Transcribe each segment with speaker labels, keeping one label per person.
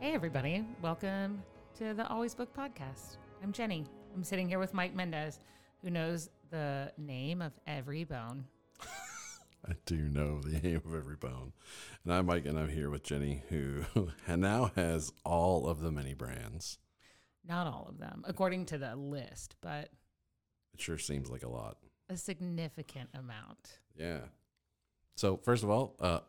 Speaker 1: Hey, everybody. Welcome to the Always Book Podcast. I'm Jenny. I'm sitting here with Mike Mendez, who knows the name of every bone.
Speaker 2: I do know the name of every bone. And I'm Mike, and I'm here with Jenny, who now has all of the many brands.
Speaker 1: Not all of them, according to the list, but
Speaker 2: It sure seems like a lot.
Speaker 1: a significant amount.
Speaker 2: Yeah. So, first of all, uh,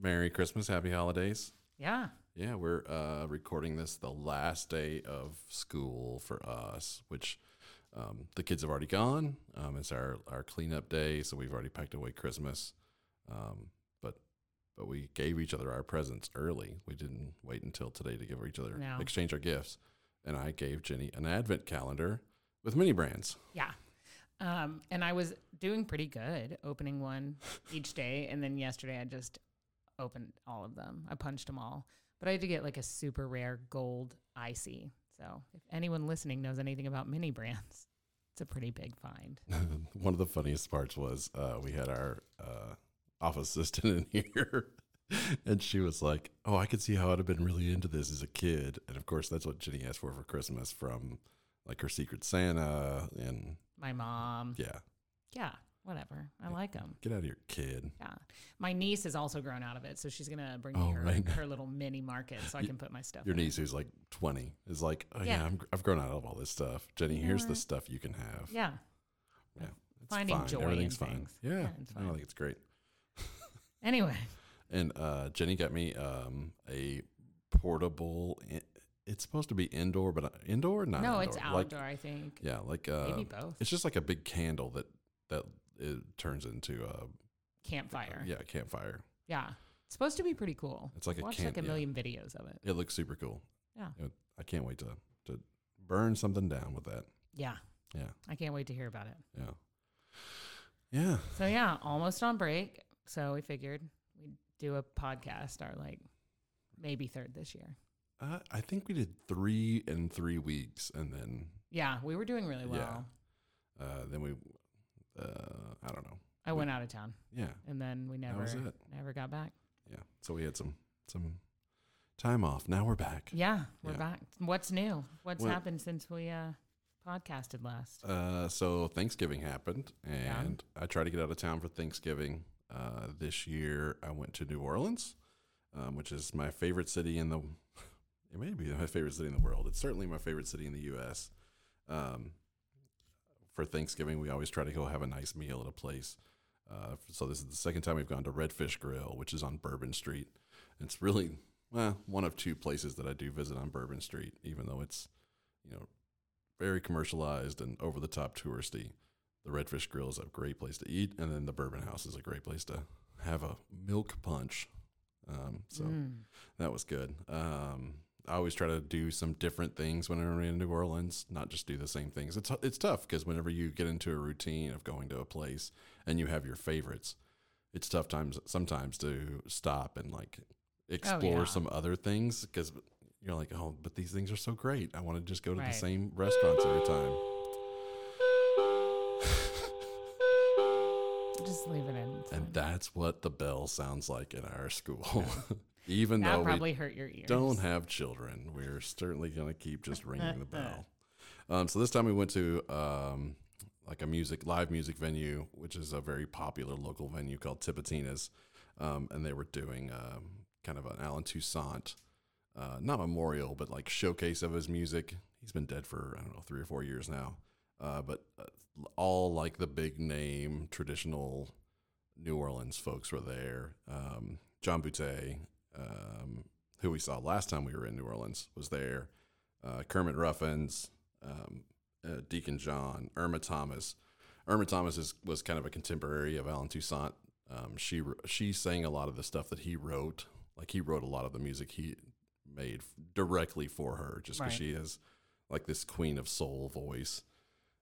Speaker 2: Merry Christmas, Happy Holidays.
Speaker 1: Yeah.
Speaker 2: Yeah, we're uh, recording this the last day of school for us, which um, the kids have already gone. Um, it's our, our cleanup day, so we've already packed away Christmas. Um, but but we gave each other our presents early. We didn't wait until today to give each other
Speaker 1: No.
Speaker 2: exchange our gifts. And I gave Jenny an advent calendar with mini brands.
Speaker 1: Yeah. Um, and I was doing pretty good opening one each day. And then yesterday I just opened all of them. I punched them all. But I had to get like a super rare gold icy. So if anyone listening knows anything about mini brands, it's a pretty big find.
Speaker 2: One of the funniest parts was uh, we had our uh, office assistant in here, and she was like, "Oh, I could see how I'd have been really into this as a kid." And of course, that's what Jenny asked for for Christmas from like her Secret Santa, and
Speaker 1: My mom.
Speaker 2: yeah,
Speaker 1: Yeah, whatever. I like them.
Speaker 2: get out of here, kid.
Speaker 1: Yeah. My niece has also grown out of it. So she's going to bring
Speaker 2: Oh,
Speaker 1: me her,
Speaker 2: right.
Speaker 1: her little mini market so I can put my stuff
Speaker 2: Your
Speaker 1: in.
Speaker 2: niece, who's like twenty, is like, "Oh yeah,
Speaker 1: Yeah.
Speaker 2: I'm, I've grown out of all this stuff." Jenny,
Speaker 1: know
Speaker 2: here's the
Speaker 1: what?
Speaker 2: stuff you can have.
Speaker 1: Yeah.
Speaker 2: Yeah, it's
Speaker 1: Finding joy in things.
Speaker 2: Yeah,
Speaker 1: Yeah, it's
Speaker 2: I
Speaker 1: fine.
Speaker 2: think it's great.
Speaker 1: Anyway,
Speaker 2: and uh, Jenny got me um, a portable. i- It's supposed to be indoor, but uh, indoor, not
Speaker 1: no,
Speaker 2: indoor.
Speaker 1: it's
Speaker 2: Like-
Speaker 1: outdoor, I think.
Speaker 2: yeah, like uh,
Speaker 1: Maybe both.
Speaker 2: It's just like a big candle that that it turns into a
Speaker 1: Campfire.
Speaker 2: yeah, a campfire.
Speaker 1: Yeah. It's supposed to be pretty cool.
Speaker 2: It's like a
Speaker 1: Watch
Speaker 2: camp-
Speaker 1: like a
Speaker 2: yeah.
Speaker 1: million videos of it.
Speaker 2: It looks super cool.
Speaker 1: Yeah.
Speaker 2: You know, I can't wait to to burn something down with that.
Speaker 1: Yeah.
Speaker 2: Yeah,
Speaker 1: I can't wait to hear about it.
Speaker 2: yeah, yeah.
Speaker 1: So yeah, almost on break. So we figured we'd do a podcast our like maybe third this year.
Speaker 2: Uh, I think we did three in three weeks, and then
Speaker 1: Yeah, we were doing really
Speaker 2: Yeah.
Speaker 1: well.
Speaker 2: uh, then we, uh, I don't know.
Speaker 1: I went out of town
Speaker 2: Yeah,
Speaker 1: and then we
Speaker 2: that
Speaker 1: never
Speaker 2: was it.
Speaker 1: never got back.
Speaker 2: Yeah. So we had some some time off. Now we're back.
Speaker 1: Yeah, we're
Speaker 2: Yeah.
Speaker 1: back. What's new? What's
Speaker 2: Well-
Speaker 1: happened since we uh podcasted last?
Speaker 2: Uh, so Thanksgiving happened,
Speaker 1: Yeah.
Speaker 2: and I tried to get out of town for Thanksgiving. Uh, this year, I went to New Orleans, um, which is my favorite city in the. It may be my favorite city in the world. It's certainly my favorite city in the U.S. Um, for Thanksgiving, we always try to go have a nice meal at a place. Uh, so this is the second time we've gone to Redfish Grill, which is on Bourbon Street. It's really well one of two places that I do visit on Bourbon Street, even though it's you know very commercialized and over the top touristy. The Redfish Grill is a great place to eat, and then the Bourbon House is a great place to have a milk punch. Um, so
Speaker 1: Mm.
Speaker 2: that was good. Um, I always try to do some different things whenever I'm in New Orleans, not just do the same things. It's it's tough because whenever you get into a routine of going to a place and you have your favorites, it's tough times sometimes to stop and like
Speaker 1: Oh,
Speaker 2: explore
Speaker 1: yeah.
Speaker 2: some other things because you're like, oh, but these things are so great. I want to just go to
Speaker 1: Right.
Speaker 2: the same restaurants every time.
Speaker 1: Just leave it in. It's
Speaker 2: And
Speaker 1: fine.
Speaker 2: that's what the bell sounds like in our school. Even
Speaker 1: that
Speaker 2: though we
Speaker 1: probably hurt your ears.
Speaker 2: don't have children, we're certainly going to keep just ringing the bell. Um, so this time we went to um, like a music live music venue, which is a very popular local venue called Tipitina's, um, and they were doing um, kind of an Alan Toussaint, uh, not memorial, but like showcase of his music. He's been dead for I don't know three or four years now, uh, but uh, all like the big name traditional New Orleans folks were there. Um, John Butte, um, who we saw last time we were in New Orleans, was there. Uh, Kermit Ruffins, um, uh, Deacon John, Irma Thomas. Irma Thomas is, was kind of a contemporary of Alan Toussaint. Um, she wr- she sang a lot of the stuff that he wrote. Like he wrote a lot of the music he made f- directly for her, just because
Speaker 1: Right.
Speaker 2: she is like this queen of soul voice.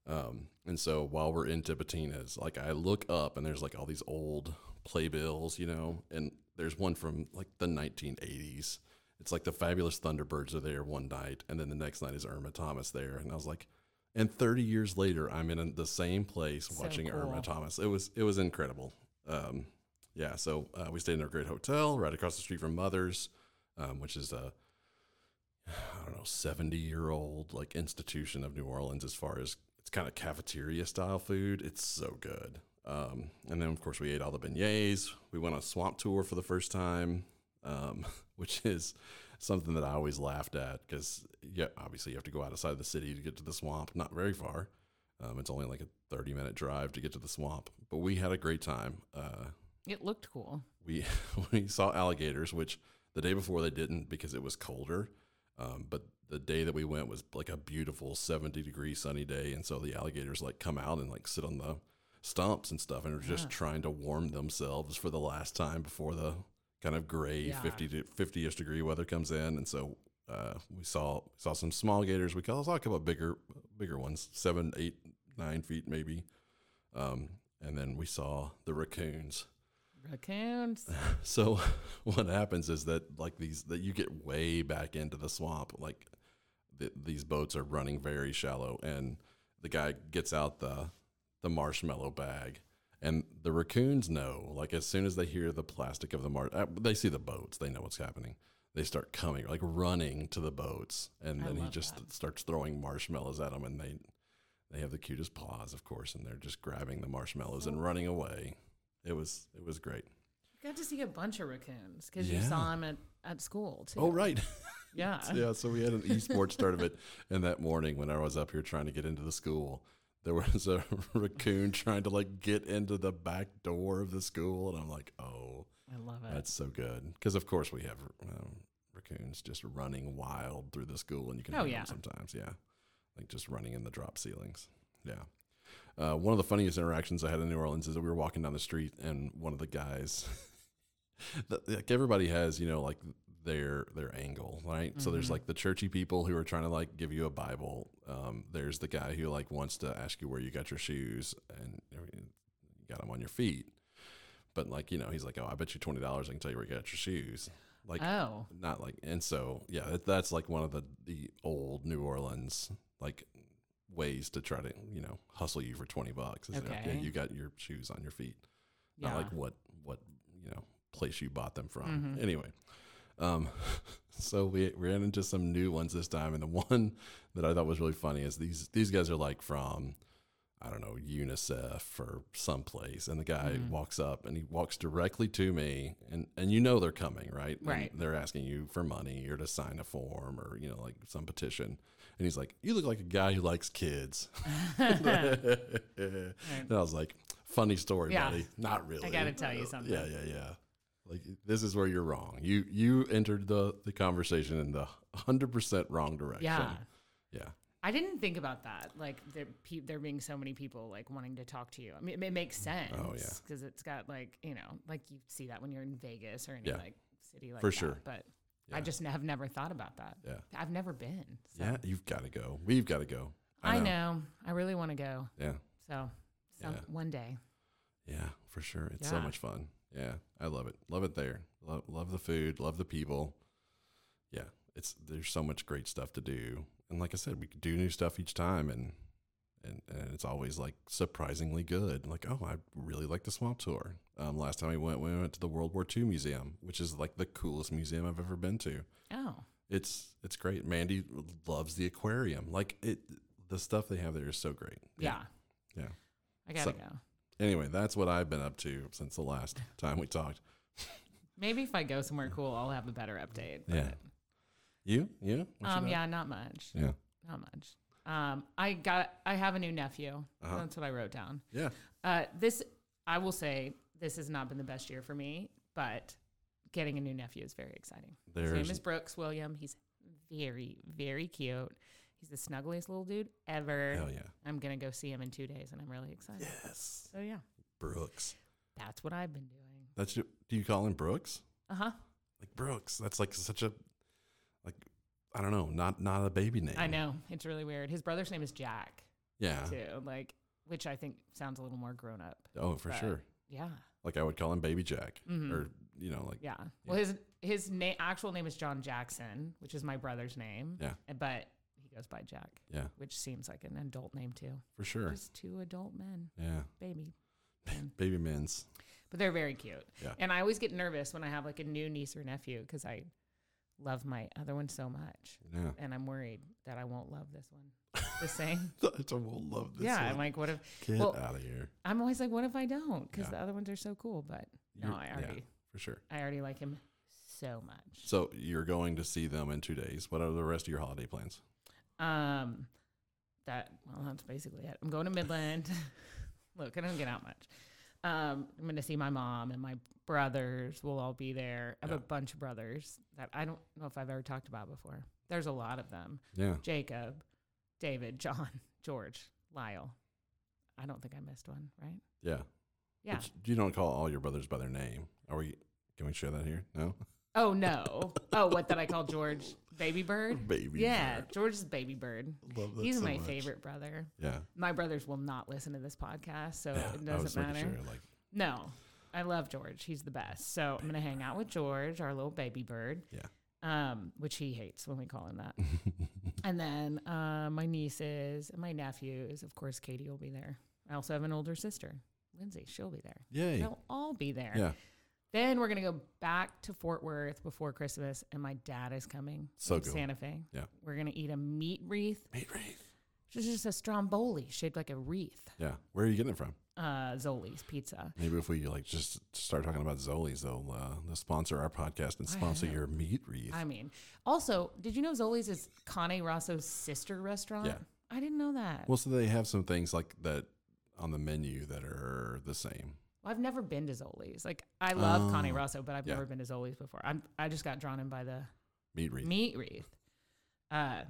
Speaker 2: Um, and so while we're in Tipitina's, like I look up and there's like all these old playbills, you know, and there's one from like the 1980s. It's like the Fabulous Thunderbirds are there one night, and then the next night is Irma Thomas there, and I was like, and 30 years later, I'm in the same place
Speaker 1: So
Speaker 2: watching
Speaker 1: cool.
Speaker 2: Irma Thomas. It was it was incredible. Um, yeah, so uh, we stayed in a great hotel right across the street from Mother's, um, which is a I don't know, 70 year old like institution of New Orleans as far as it's kind of cafeteria style food. It's so good. Um, and then, of course, we ate all the beignets. We went on a swamp tour for the first time, um, which is something that I always laughed at because, yeah, obviously you have to go outside the city to get to the swamp, not very far. Um, it's only like a 30 minute drive to get to the swamp, but we had a great time. Uh,
Speaker 1: It looked cool.
Speaker 2: we we saw alligators, which the day before they didn't because it was colder. Um, but the day that we went was like a beautiful seventy degree sunny day, and so the alligators like come out and like sit on the stumps and stuff, and are just
Speaker 1: Yeah.
Speaker 2: trying to warm themselves for the last time before the kind of gray
Speaker 1: Yeah.
Speaker 2: 50 to 50ish degree weather comes in, and so. Uh, we saw saw some small gators. We saw a couple of bigger bigger ones, seven, eight, nine feet maybe. Um, and then we saw the raccoons.
Speaker 1: Raccoons.
Speaker 2: So what happens is that like these that you get way back into the swamp. Like th- these boats are running very shallow, and the guy gets out the the marshmallow bag, and the raccoons know. Like as soon as they hear the plastic of the mar, uh, they see the boats, they know what's happening. They start coming, like running to the boats, and
Speaker 1: I
Speaker 2: then he
Speaker 1: love
Speaker 2: just
Speaker 1: that.
Speaker 2: starts throwing marshmallows at them, and they they have the cutest paws, of course, and they're just grabbing the marshmallows and running away. It was it was great.
Speaker 1: You got to see a bunch of raccoons because you
Speaker 2: Yeah.
Speaker 1: saw them at, at school too.
Speaker 2: Oh right.
Speaker 1: yeah.
Speaker 2: yeah, so we had an esports tournament, and that morning when I was up here trying to get into the school, there was a raccoon trying to like get into the back door of the school, and I'm like, oh,
Speaker 1: I love it.
Speaker 2: that's so good, because of course we have um, raccoons just running wild through the school, and you can
Speaker 1: Oh,
Speaker 2: hear
Speaker 1: yeah.
Speaker 2: them sometimes, yeah, like just running in the drop ceilings, yeah. Uh, one of the funniest interactions I had in New Orleans is that we were walking down the street, and one of the guys the- like everybody has, you know, like their their angle, right? So there's
Speaker 1: Mhm.
Speaker 2: like the churchy people who are trying to like give you a Bible. Um, there's the guy who like wants to ask you where you got your shoes and you got them on your feet. But like, you know, he's like, "Oh, I bet you twenty dollars I can tell you where you got your shoes." Like,
Speaker 1: oh,
Speaker 2: not like, and so yeah, that, that's like one of the the old New Orleans like ways to try to you know hustle you for twenty bucks. Is that, yeah,
Speaker 1: Okay.
Speaker 2: you got your shoes on your feet
Speaker 1: yeah.
Speaker 2: not like what what you know place you bought them from.
Speaker 1: Mhm.
Speaker 2: Anyway, um, so we ran into some new ones this time, and the one that I thought was really funny is these these guys are like from I don't know UNICEF or someplace, and the guy
Speaker 1: Mhm.
Speaker 2: walks up and he walks directly to me, and and you know they're coming, right? And
Speaker 1: Right.
Speaker 2: they're asking you for money or to sign a form or you know like some petition, and he's like, "You look like a guy who likes kids." and I was like, "Funny story,
Speaker 1: Yeah.
Speaker 2: buddy. Not really.
Speaker 1: I gotta tell you something.
Speaker 2: Yeah, yeah, yeah. Like this is where you're wrong. You you entered the the conversation in the hundred percent wrong direction.
Speaker 1: yeah.
Speaker 2: yeah.
Speaker 1: I didn't think about that. Like there, pe- there being so many people like wanting to talk to you. I mean, it, it makes sense.
Speaker 2: Oh, yeah.
Speaker 1: because it's got like you know, like you see that when you're in Vegas or any
Speaker 2: Yeah.
Speaker 1: like city like
Speaker 2: For
Speaker 1: that.
Speaker 2: sure.
Speaker 1: But
Speaker 2: Yeah.
Speaker 1: I just have never thought about that.
Speaker 2: Yeah.
Speaker 1: I've never been. So.
Speaker 2: Yeah, you've got to go. We've got to go.
Speaker 1: I know. I really want to go.
Speaker 2: Yeah,
Speaker 1: So, some,
Speaker 2: Yeah.
Speaker 1: one day.
Speaker 2: yeah, for sure. It's so
Speaker 1: Yeah.
Speaker 2: much fun. Yeah, I love it. Love it there. Love, love the food. Love the people. Yeah, it's there's so much great stuff to do, and like I said, we could do new stuff each time, and and and it's always like surprisingly good. Like, oh, I really like the swamp tour. Um, last time we went, we went to the World War II Museum, which is like the coolest museum I've ever been to.
Speaker 1: Oh,
Speaker 2: It's it's great. Mandy loves the aquarium. Like it, the stuff they have there is so great.
Speaker 1: yeah.
Speaker 2: Yeah.
Speaker 1: I gotta
Speaker 2: So-
Speaker 1: go.
Speaker 2: Anyway, that's what I've been up to since the last time we talked.
Speaker 1: Maybe if I go somewhere cool, I'll have a better update.
Speaker 2: Yeah. You? You? What you
Speaker 1: Um,
Speaker 2: got?
Speaker 1: yeah, not much.
Speaker 2: Yeah.
Speaker 1: Not much. Um, I got. I have a new nephew.
Speaker 2: Uh-huh.
Speaker 1: That's what I wrote down.
Speaker 2: Yeah.
Speaker 1: Uh, this, I will say, this has not been the best year for me, but getting a new nephew is very exciting. His
Speaker 2: There's
Speaker 1: name is Brooks William. He's very, very cute. He's the snuggliest little dude ever.
Speaker 2: hell yeah.
Speaker 1: I'm gonna go see him in two days, and I'm really excited.
Speaker 2: Yes.
Speaker 1: So yeah,
Speaker 2: Brooks.
Speaker 1: that's what I've been doing.
Speaker 2: That's your, do you call him Brooks?
Speaker 1: Uh huh.
Speaker 2: Like Brooks. That's like such a like I don't know, not not a baby name.
Speaker 1: I know it's really weird. His brother's name is Jack
Speaker 2: Yeah.
Speaker 1: too, like which I think sounds a little more grown up.
Speaker 2: Oh, for
Speaker 1: But-
Speaker 2: sure.
Speaker 1: Yeah,
Speaker 2: Like I would call him Baby Jack.
Speaker 1: Mhm.
Speaker 2: Or you know, like
Speaker 1: yeah. Well, his his na- actual name is John Jackson, which is my brother's name.
Speaker 2: Yeah.
Speaker 1: uh, but he goes by Jack,
Speaker 2: yeah,
Speaker 1: which seems like an adult name too.
Speaker 2: for sure.
Speaker 1: Just two adult men,
Speaker 2: Yeah.
Speaker 1: baby,
Speaker 2: Baby men's.
Speaker 1: but they're very cute.
Speaker 2: Yeah.
Speaker 1: And I always get nervous when I have like a new niece or nephew because I love my other one so much,
Speaker 2: Yeah.
Speaker 1: and I'm worried that I won't love this one the same.
Speaker 2: I will love this.
Speaker 1: yeah,
Speaker 2: one.
Speaker 1: I'm like, what if?
Speaker 2: Get
Speaker 1: well,
Speaker 2: out of here.
Speaker 1: I'm always like, what if I don't? Because
Speaker 2: Yeah.
Speaker 1: the other ones are so cool. But no,
Speaker 2: You're-
Speaker 1: I
Speaker 2: yeah,
Speaker 1: already,
Speaker 2: for sure.
Speaker 1: I already like him so much.
Speaker 2: So you're going to see them in two days. What are the rest of your holiday plans?
Speaker 1: Um, that well, that's basically it. I'm going to Midland. Look, I don't get out much. Um, I'm going to see my mom and my brothers. We'll all be there. I have a
Speaker 2: Yeah.
Speaker 1: bunch of brothers that I don't know if I've ever talked about before. There's a lot of them:
Speaker 2: Yeah.
Speaker 1: Jacob, David, John, George, Lyle. I don't think I missed one, right?
Speaker 2: Yeah.
Speaker 1: Yeah.
Speaker 2: But you don't call all your brothers by their name. Are we? Can we share that here? No.
Speaker 1: Oh no. oh, what did I call George? Baby bird.
Speaker 2: Baby.
Speaker 1: yeah, George is baby bird.
Speaker 2: bird. Love that
Speaker 1: He's
Speaker 2: so
Speaker 1: my
Speaker 2: much.
Speaker 1: favorite brother.
Speaker 2: Yeah.
Speaker 1: My brothers will not listen to this podcast, so
Speaker 2: yeah.
Speaker 1: it
Speaker 2: I was
Speaker 1: doesn't
Speaker 2: making
Speaker 1: matter.
Speaker 2: Sure, like,
Speaker 1: No, I love George. He's the best. So I'm gonna hang out with George, our little baby bird.
Speaker 2: Yeah.
Speaker 1: Um, which he hates when we call him that. and then uh, my nieces and my nephews. Of course, Katie will be there. I also have an older sister, Lindsay. She'll be there.
Speaker 2: yay.
Speaker 1: They'll all be there.
Speaker 2: Yeah.
Speaker 1: Then we're gonna go back to Fort Worth before Christmas, and my dad is coming.
Speaker 2: So
Speaker 1: from
Speaker 2: cool.
Speaker 1: Santa Fe.
Speaker 2: Yeah.
Speaker 1: We're gonna eat a meat wreath,
Speaker 2: Hey, Wraith.
Speaker 1: which is just a stromboli shaped like a wreath.
Speaker 2: Yeah. Where are you getting it from?
Speaker 1: Uh, Zoli's pizza.
Speaker 2: Maybe if we like just start talking about Zoli's, they'll uh, they'll sponsor our podcast and
Speaker 1: I
Speaker 2: sponsor
Speaker 1: know.
Speaker 2: your meat wreath.
Speaker 1: I mean, also, did you know Zoli's is Connie Rosso's sister restaurant?
Speaker 2: Yeah.
Speaker 1: I didn't know that.
Speaker 2: well, so they have some things like that on the menu that are the same.
Speaker 1: I've never been to Zoli's. Like, I love Connie
Speaker 2: Oh,
Speaker 1: Rosso, but I've
Speaker 2: yeah.
Speaker 1: never been to Zoli's before. I'm, I just got drawn in by the
Speaker 2: Meat wreath.
Speaker 1: meat wreath. Uh,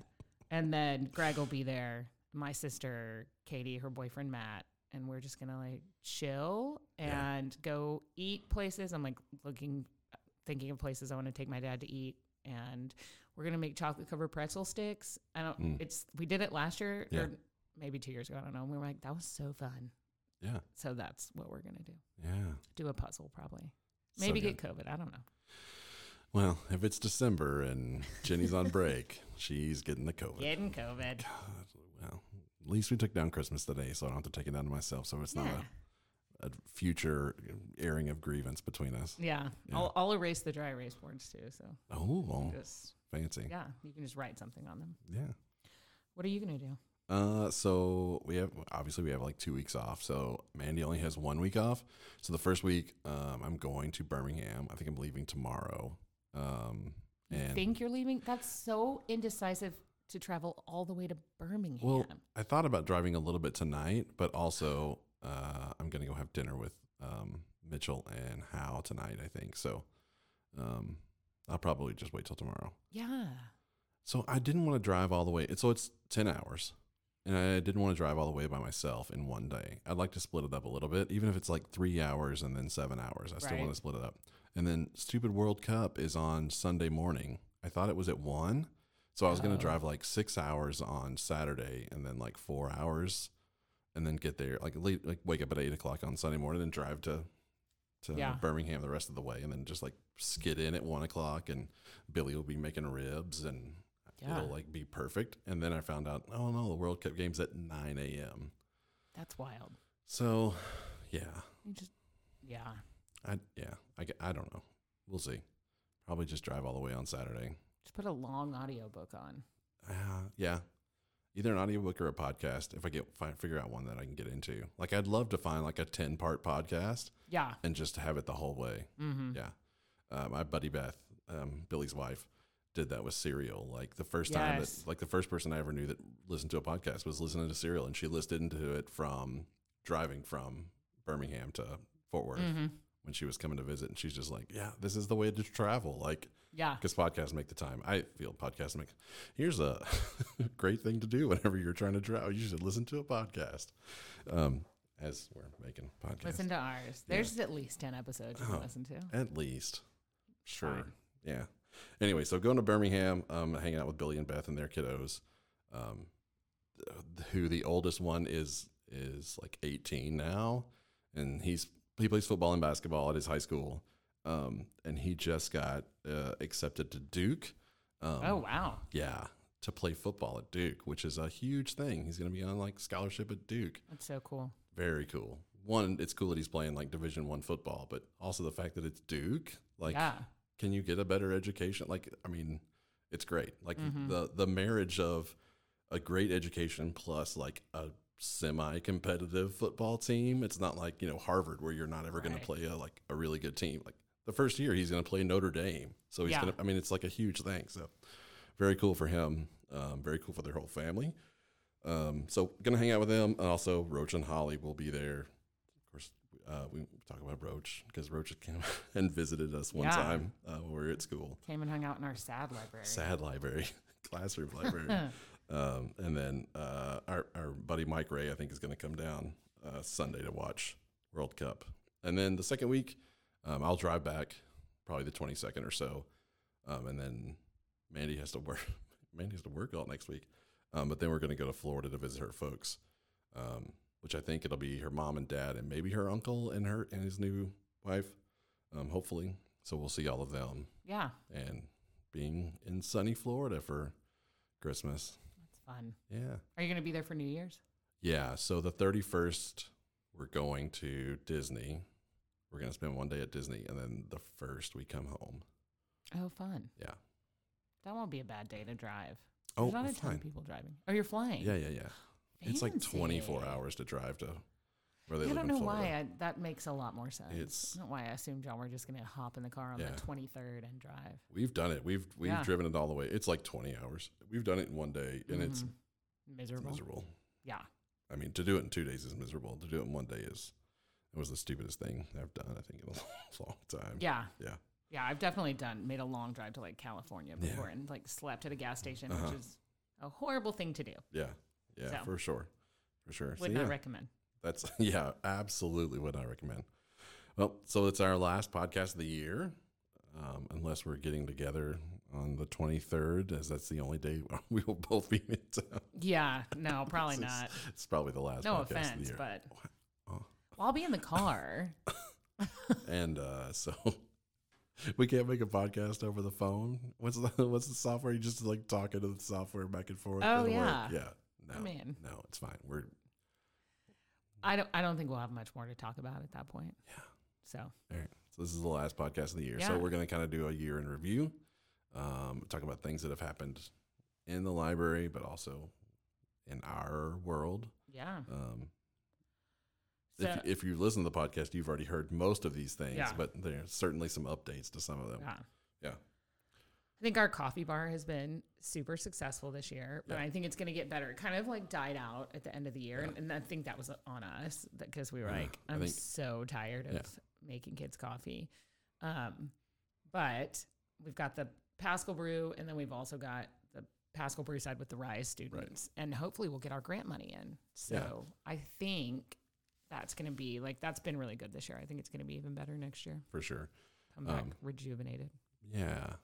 Speaker 1: and then Greg will be there. My sister, Katie, her boyfriend, Matt. And we're just going to like chill
Speaker 2: Yeah.
Speaker 1: and go eat places. I'm like looking, thinking of places I want to take my dad to eat. And we're going to make chocolate covered pretzel sticks. I don't,
Speaker 2: Mm.
Speaker 1: it's, we did it last year
Speaker 2: Yeah.
Speaker 1: or maybe two years ago. I don't know. And we were like, that was so fun.
Speaker 2: Yeah.
Speaker 1: So that's what we're going to do.
Speaker 2: Yeah.
Speaker 1: Do a puzzle probably.
Speaker 2: So
Speaker 1: Maybe
Speaker 2: good.
Speaker 1: get COVID. I don't know.
Speaker 2: Well, if it's December and Jenny's on break, she's getting the COVID.
Speaker 1: Getting COVID.
Speaker 2: God, well, at least we took down Christmas today, so I don't have to take it down to myself. So it's
Speaker 1: Yeah.
Speaker 2: not a, a future airing of grievance between us.
Speaker 1: Yeah.
Speaker 2: Yeah.
Speaker 1: I'll, I'll erase the dry erase boards too. So
Speaker 2: Oh,
Speaker 1: just,
Speaker 2: fancy.
Speaker 1: yeah, you can just write something on them.
Speaker 2: Yeah.
Speaker 1: What are you going to do?
Speaker 2: Uh, so we have obviously we have like two weeks off. So Mandy only has one week off. So the first week, um, I'm going to Birmingham. I think I'm leaving tomorrow. Um,
Speaker 1: You
Speaker 2: and
Speaker 1: think you're leaving? That's so indecisive to travel all the way to Birmingham.
Speaker 2: Well, I thought about driving a little bit tonight, but also uh, I'm gonna go have dinner with um, Mitchell and Howe tonight. I think so. Um, I'll probably just wait till tomorrow.
Speaker 1: yeah.
Speaker 2: So I didn't want to drive all the way. So it's ten hours, and I didn't want to drive all the way by myself in one day. I'd like to split it up a little bit, even if it's like three hours and then seven hours. I still
Speaker 1: Right.
Speaker 2: want to split it up. And then stupid World Cup is on Sunday morning. I thought it was at one, so I was going
Speaker 1: Oh.
Speaker 2: to drive like six hours on Saturday and then like four hours, and then get there like late, like wake up at eight o'clock on Sunday morning and drive to. To
Speaker 1: Yeah.
Speaker 2: Birmingham the rest of the way, and then just like skid in at one o'clock, and Billy will be making ribs, and
Speaker 1: Yeah.
Speaker 2: it'll like be perfect. And then I found out, oh no, the World Cup game's at 9 a.m.
Speaker 1: That's wild.
Speaker 2: So, yeah,
Speaker 1: You just, yeah.
Speaker 2: I yeah, I, g- I don't know. We'll see. Probably just drive all the way on Saturday.
Speaker 1: Just put a long audiobook on.
Speaker 2: Uh, yeah, either an audiobook or a podcast. If I get fi- figure out one that I can get into, like I'd love to find like a 10 part podcast
Speaker 1: Yeah.
Speaker 2: and just have it the whole way.
Speaker 1: Mm-hmm.
Speaker 2: Yeah. Uh, my buddy Beth, um, Billy's wife, did that with Serial. Like the first time
Speaker 1: Yes.
Speaker 2: that, like the first person I ever knew that listened to a podcast was listening to Serial, and she listened to it from driving from Birmingham to Fort Worth
Speaker 1: Mm-hmm.
Speaker 2: when she was coming to visit, and she's just like, "Yeah, this is the way to travel." Like,
Speaker 1: Yeah.
Speaker 2: because podcasts make the time. I feel podcasts make. Here's a great thing to do whenever you're trying to travel. You should listen to a podcast. Um, as we're making podcasts,
Speaker 1: Listen to ours.
Speaker 2: Yeah.
Speaker 1: There's at least 10 episodes you can
Speaker 2: Oh.
Speaker 1: listen to.
Speaker 2: at least. Sure.
Speaker 1: Fine.
Speaker 2: Yeah. Anyway, so going to Birmingham, um, hanging out with Billy and Beth and their kiddos, um, th- who the oldest one is is like 18 now, and he's he plays football and basketball at his high school, um, and he just got uh, accepted to Duke. Um,
Speaker 1: oh, wow.
Speaker 2: yeah, to play football at Duke, which is a huge thing. He's going to be on like scholarship at Duke
Speaker 1: That's so cool.
Speaker 2: very cool. One, it's cool that he's playing like Division One football, but also the fact that it's Duke, like,
Speaker 1: yeah.
Speaker 2: can you get a better education? Like, I mean, it's great. Like
Speaker 1: Mm-hmm.
Speaker 2: the the marriage of a great education plus like a semi-competitive football team. It's not like you know Harvard where you're not ever going
Speaker 1: Right.
Speaker 2: to play a like a really good team. Like the first year he's going to play Notre Dame, so he's
Speaker 1: Yeah.
Speaker 2: going to. I mean, it's like a huge thing. So very cool for him. Um, very cool for their whole family. Um, so gonna hang out with them, and also Roach and Holly will be there. Of course, uh, we talk about Roach because Roach came and visited us one
Speaker 1: Yeah.
Speaker 2: time uh, when we were at school.
Speaker 1: Came and hung out in our sad library.
Speaker 2: Sad library, classroom library. um, and then uh, our, our buddy Mike Ray, I think, is going to come down uh, Sunday to watch World Cup. And then the second week, um, I'll drive back probably the 22nd or so. Um, and then Mandy has to work. Mandy has to work all next week. Um, but then we're going to go to Florida to visit her folks, um, which I think it'll be her mom and dad and maybe her uncle and her and his new wife, um, hopefully. So we'll see all of them
Speaker 1: Yeah,
Speaker 2: and being in sunny Florida for Christmas.
Speaker 1: it's fun.
Speaker 2: Yeah.
Speaker 1: Are you going to be there for New Year's?
Speaker 2: Yeah. So the 31st, we're going to Disney. We're going to spend one day at Disney and then the first we come home.
Speaker 1: Oh, fun.
Speaker 2: Yeah.
Speaker 1: That won't be a bad day to drive.
Speaker 2: Oh,
Speaker 1: There's not
Speaker 2: we're
Speaker 1: a ton
Speaker 2: fine.
Speaker 1: of people driving. Oh, you're flying.
Speaker 2: Yeah. Yeah. Yeah. It's like 24
Speaker 1: Fancy.
Speaker 2: hours to drive to where they
Speaker 1: I
Speaker 2: live
Speaker 1: don't
Speaker 2: in
Speaker 1: know
Speaker 2: Florida.
Speaker 1: why I, that makes a lot more sense.
Speaker 2: It's-
Speaker 1: I don't know why I assumed y'all were just going to hop in the car on
Speaker 2: Yeah.
Speaker 1: the 23rd and drive.
Speaker 2: We've done it. We've we've
Speaker 1: Yeah.
Speaker 2: driven it all the way. It's like 20 hours. We've done it in one day and it's
Speaker 1: Mhm. miserable.
Speaker 2: miserable.
Speaker 1: Yeah.
Speaker 2: I mean, to do it in two days is miserable. To do it in one day is it was the stupidest thing I've done. I think in a long time.
Speaker 1: Yeah.
Speaker 2: Yeah.
Speaker 1: Yeah. I've definitely done, made a long drive to like California
Speaker 2: Yeah.
Speaker 1: before and like slept at a gas station,
Speaker 2: Uh-huh.
Speaker 1: which is a horrible thing to do.
Speaker 2: Yeah. Yeah,
Speaker 1: So.
Speaker 2: for sure. For sure. So,
Speaker 1: Would
Speaker 2: yeah,
Speaker 1: not recommend.
Speaker 2: that's yeah, absolutely would I recommend. Well, so it's our last podcast of the year. Um, unless we're getting together on the 23rd, as that's the only day we will both be in town.
Speaker 1: Yeah. No, probably
Speaker 2: This is-
Speaker 1: not.
Speaker 2: It's probably the last
Speaker 1: No
Speaker 2: podcast of the
Speaker 1: offense,
Speaker 2: year.
Speaker 1: but
Speaker 2: Oh.
Speaker 1: well, I'll be in the car.
Speaker 2: and uh, so we can't make a podcast over the phone. What's the what's the software? You just like talking to the software back and forth.
Speaker 1: Oh,
Speaker 2: It'll work.
Speaker 1: yeah.
Speaker 2: yeah. No,
Speaker 1: I mean,
Speaker 2: no, it's fine. We're
Speaker 1: I don't, I don't think we'll have much more to talk about at that point. Yeah. So,
Speaker 2: All right. So this is the last podcast of the year. So
Speaker 1: Yeah.
Speaker 2: we're going to kind of do a year in review, um, talk about things that have happened in the library, but also in our world.
Speaker 1: yeah.
Speaker 2: Um,
Speaker 1: So,
Speaker 2: if, if you listen to the podcast, you've already heard most of these things,
Speaker 1: Yeah.
Speaker 2: but there's certainly some updates to some of them.
Speaker 1: yeah.
Speaker 2: Yeah.
Speaker 1: I think our coffee bar has been super successful this year, but
Speaker 2: Yeah.
Speaker 1: I think it's going to get better. It kind of like died out at the end of the year. And, and I think that was on us because we were
Speaker 2: Yeah,
Speaker 1: like,
Speaker 2: I
Speaker 1: I'm
Speaker 2: think-
Speaker 1: so tired of
Speaker 2: Yeah.
Speaker 1: making kids coffee. Um, but we've got the Pascal Brew, and then we've also got the Pascal Brew side with the Rise students. And hopefully we'll get our grant money in. So I think that's going to be like, that's been really good this year. I think it's going to be even better next year.
Speaker 2: For sure.
Speaker 1: Come back
Speaker 2: Um,
Speaker 1: rejuvenated.
Speaker 2: Yeah.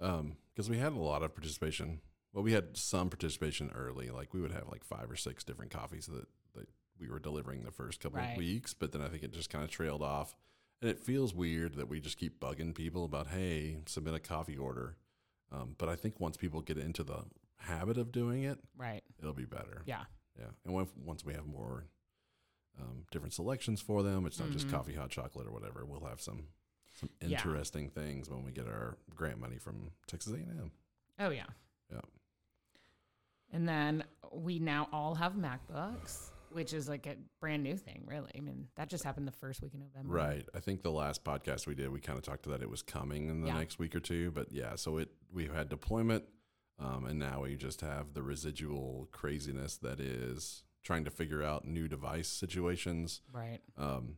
Speaker 2: Um, because we had a lot of participation. Well, we had some participation early. Like we would have like five or six different coffees that, that we were delivering the first couple
Speaker 1: Right.
Speaker 2: of weeks, but then I think it just kind of trailed off. And it feels weird that we just keep bugging people about, hey, submit a coffee order. Um, but I think once people get into the habit of doing it,
Speaker 1: Right.
Speaker 2: it'll be better.
Speaker 1: Yeah.
Speaker 2: Yeah. And when, once we have more um, different selections for them, it's not just
Speaker 1: Mhm.
Speaker 2: coffee, hot chocolate, or whatever. We'll have some some
Speaker 1: Yeah.
Speaker 2: interesting things when we get our grant money from Texas A&M.
Speaker 1: Oh yeah.
Speaker 2: Yeah.
Speaker 1: And then we now all have MacBooks, which is like a brand new thing, really. I mean, that just happened the first week in November.
Speaker 2: Right. I think the last podcast we did, we kind of talked to that it was coming in the
Speaker 1: Yeah.
Speaker 2: next week or two. But yeah, so it we had deployment, um, and now we just have the residual craziness that is trying to figure out new device situations.
Speaker 1: Right.
Speaker 2: um,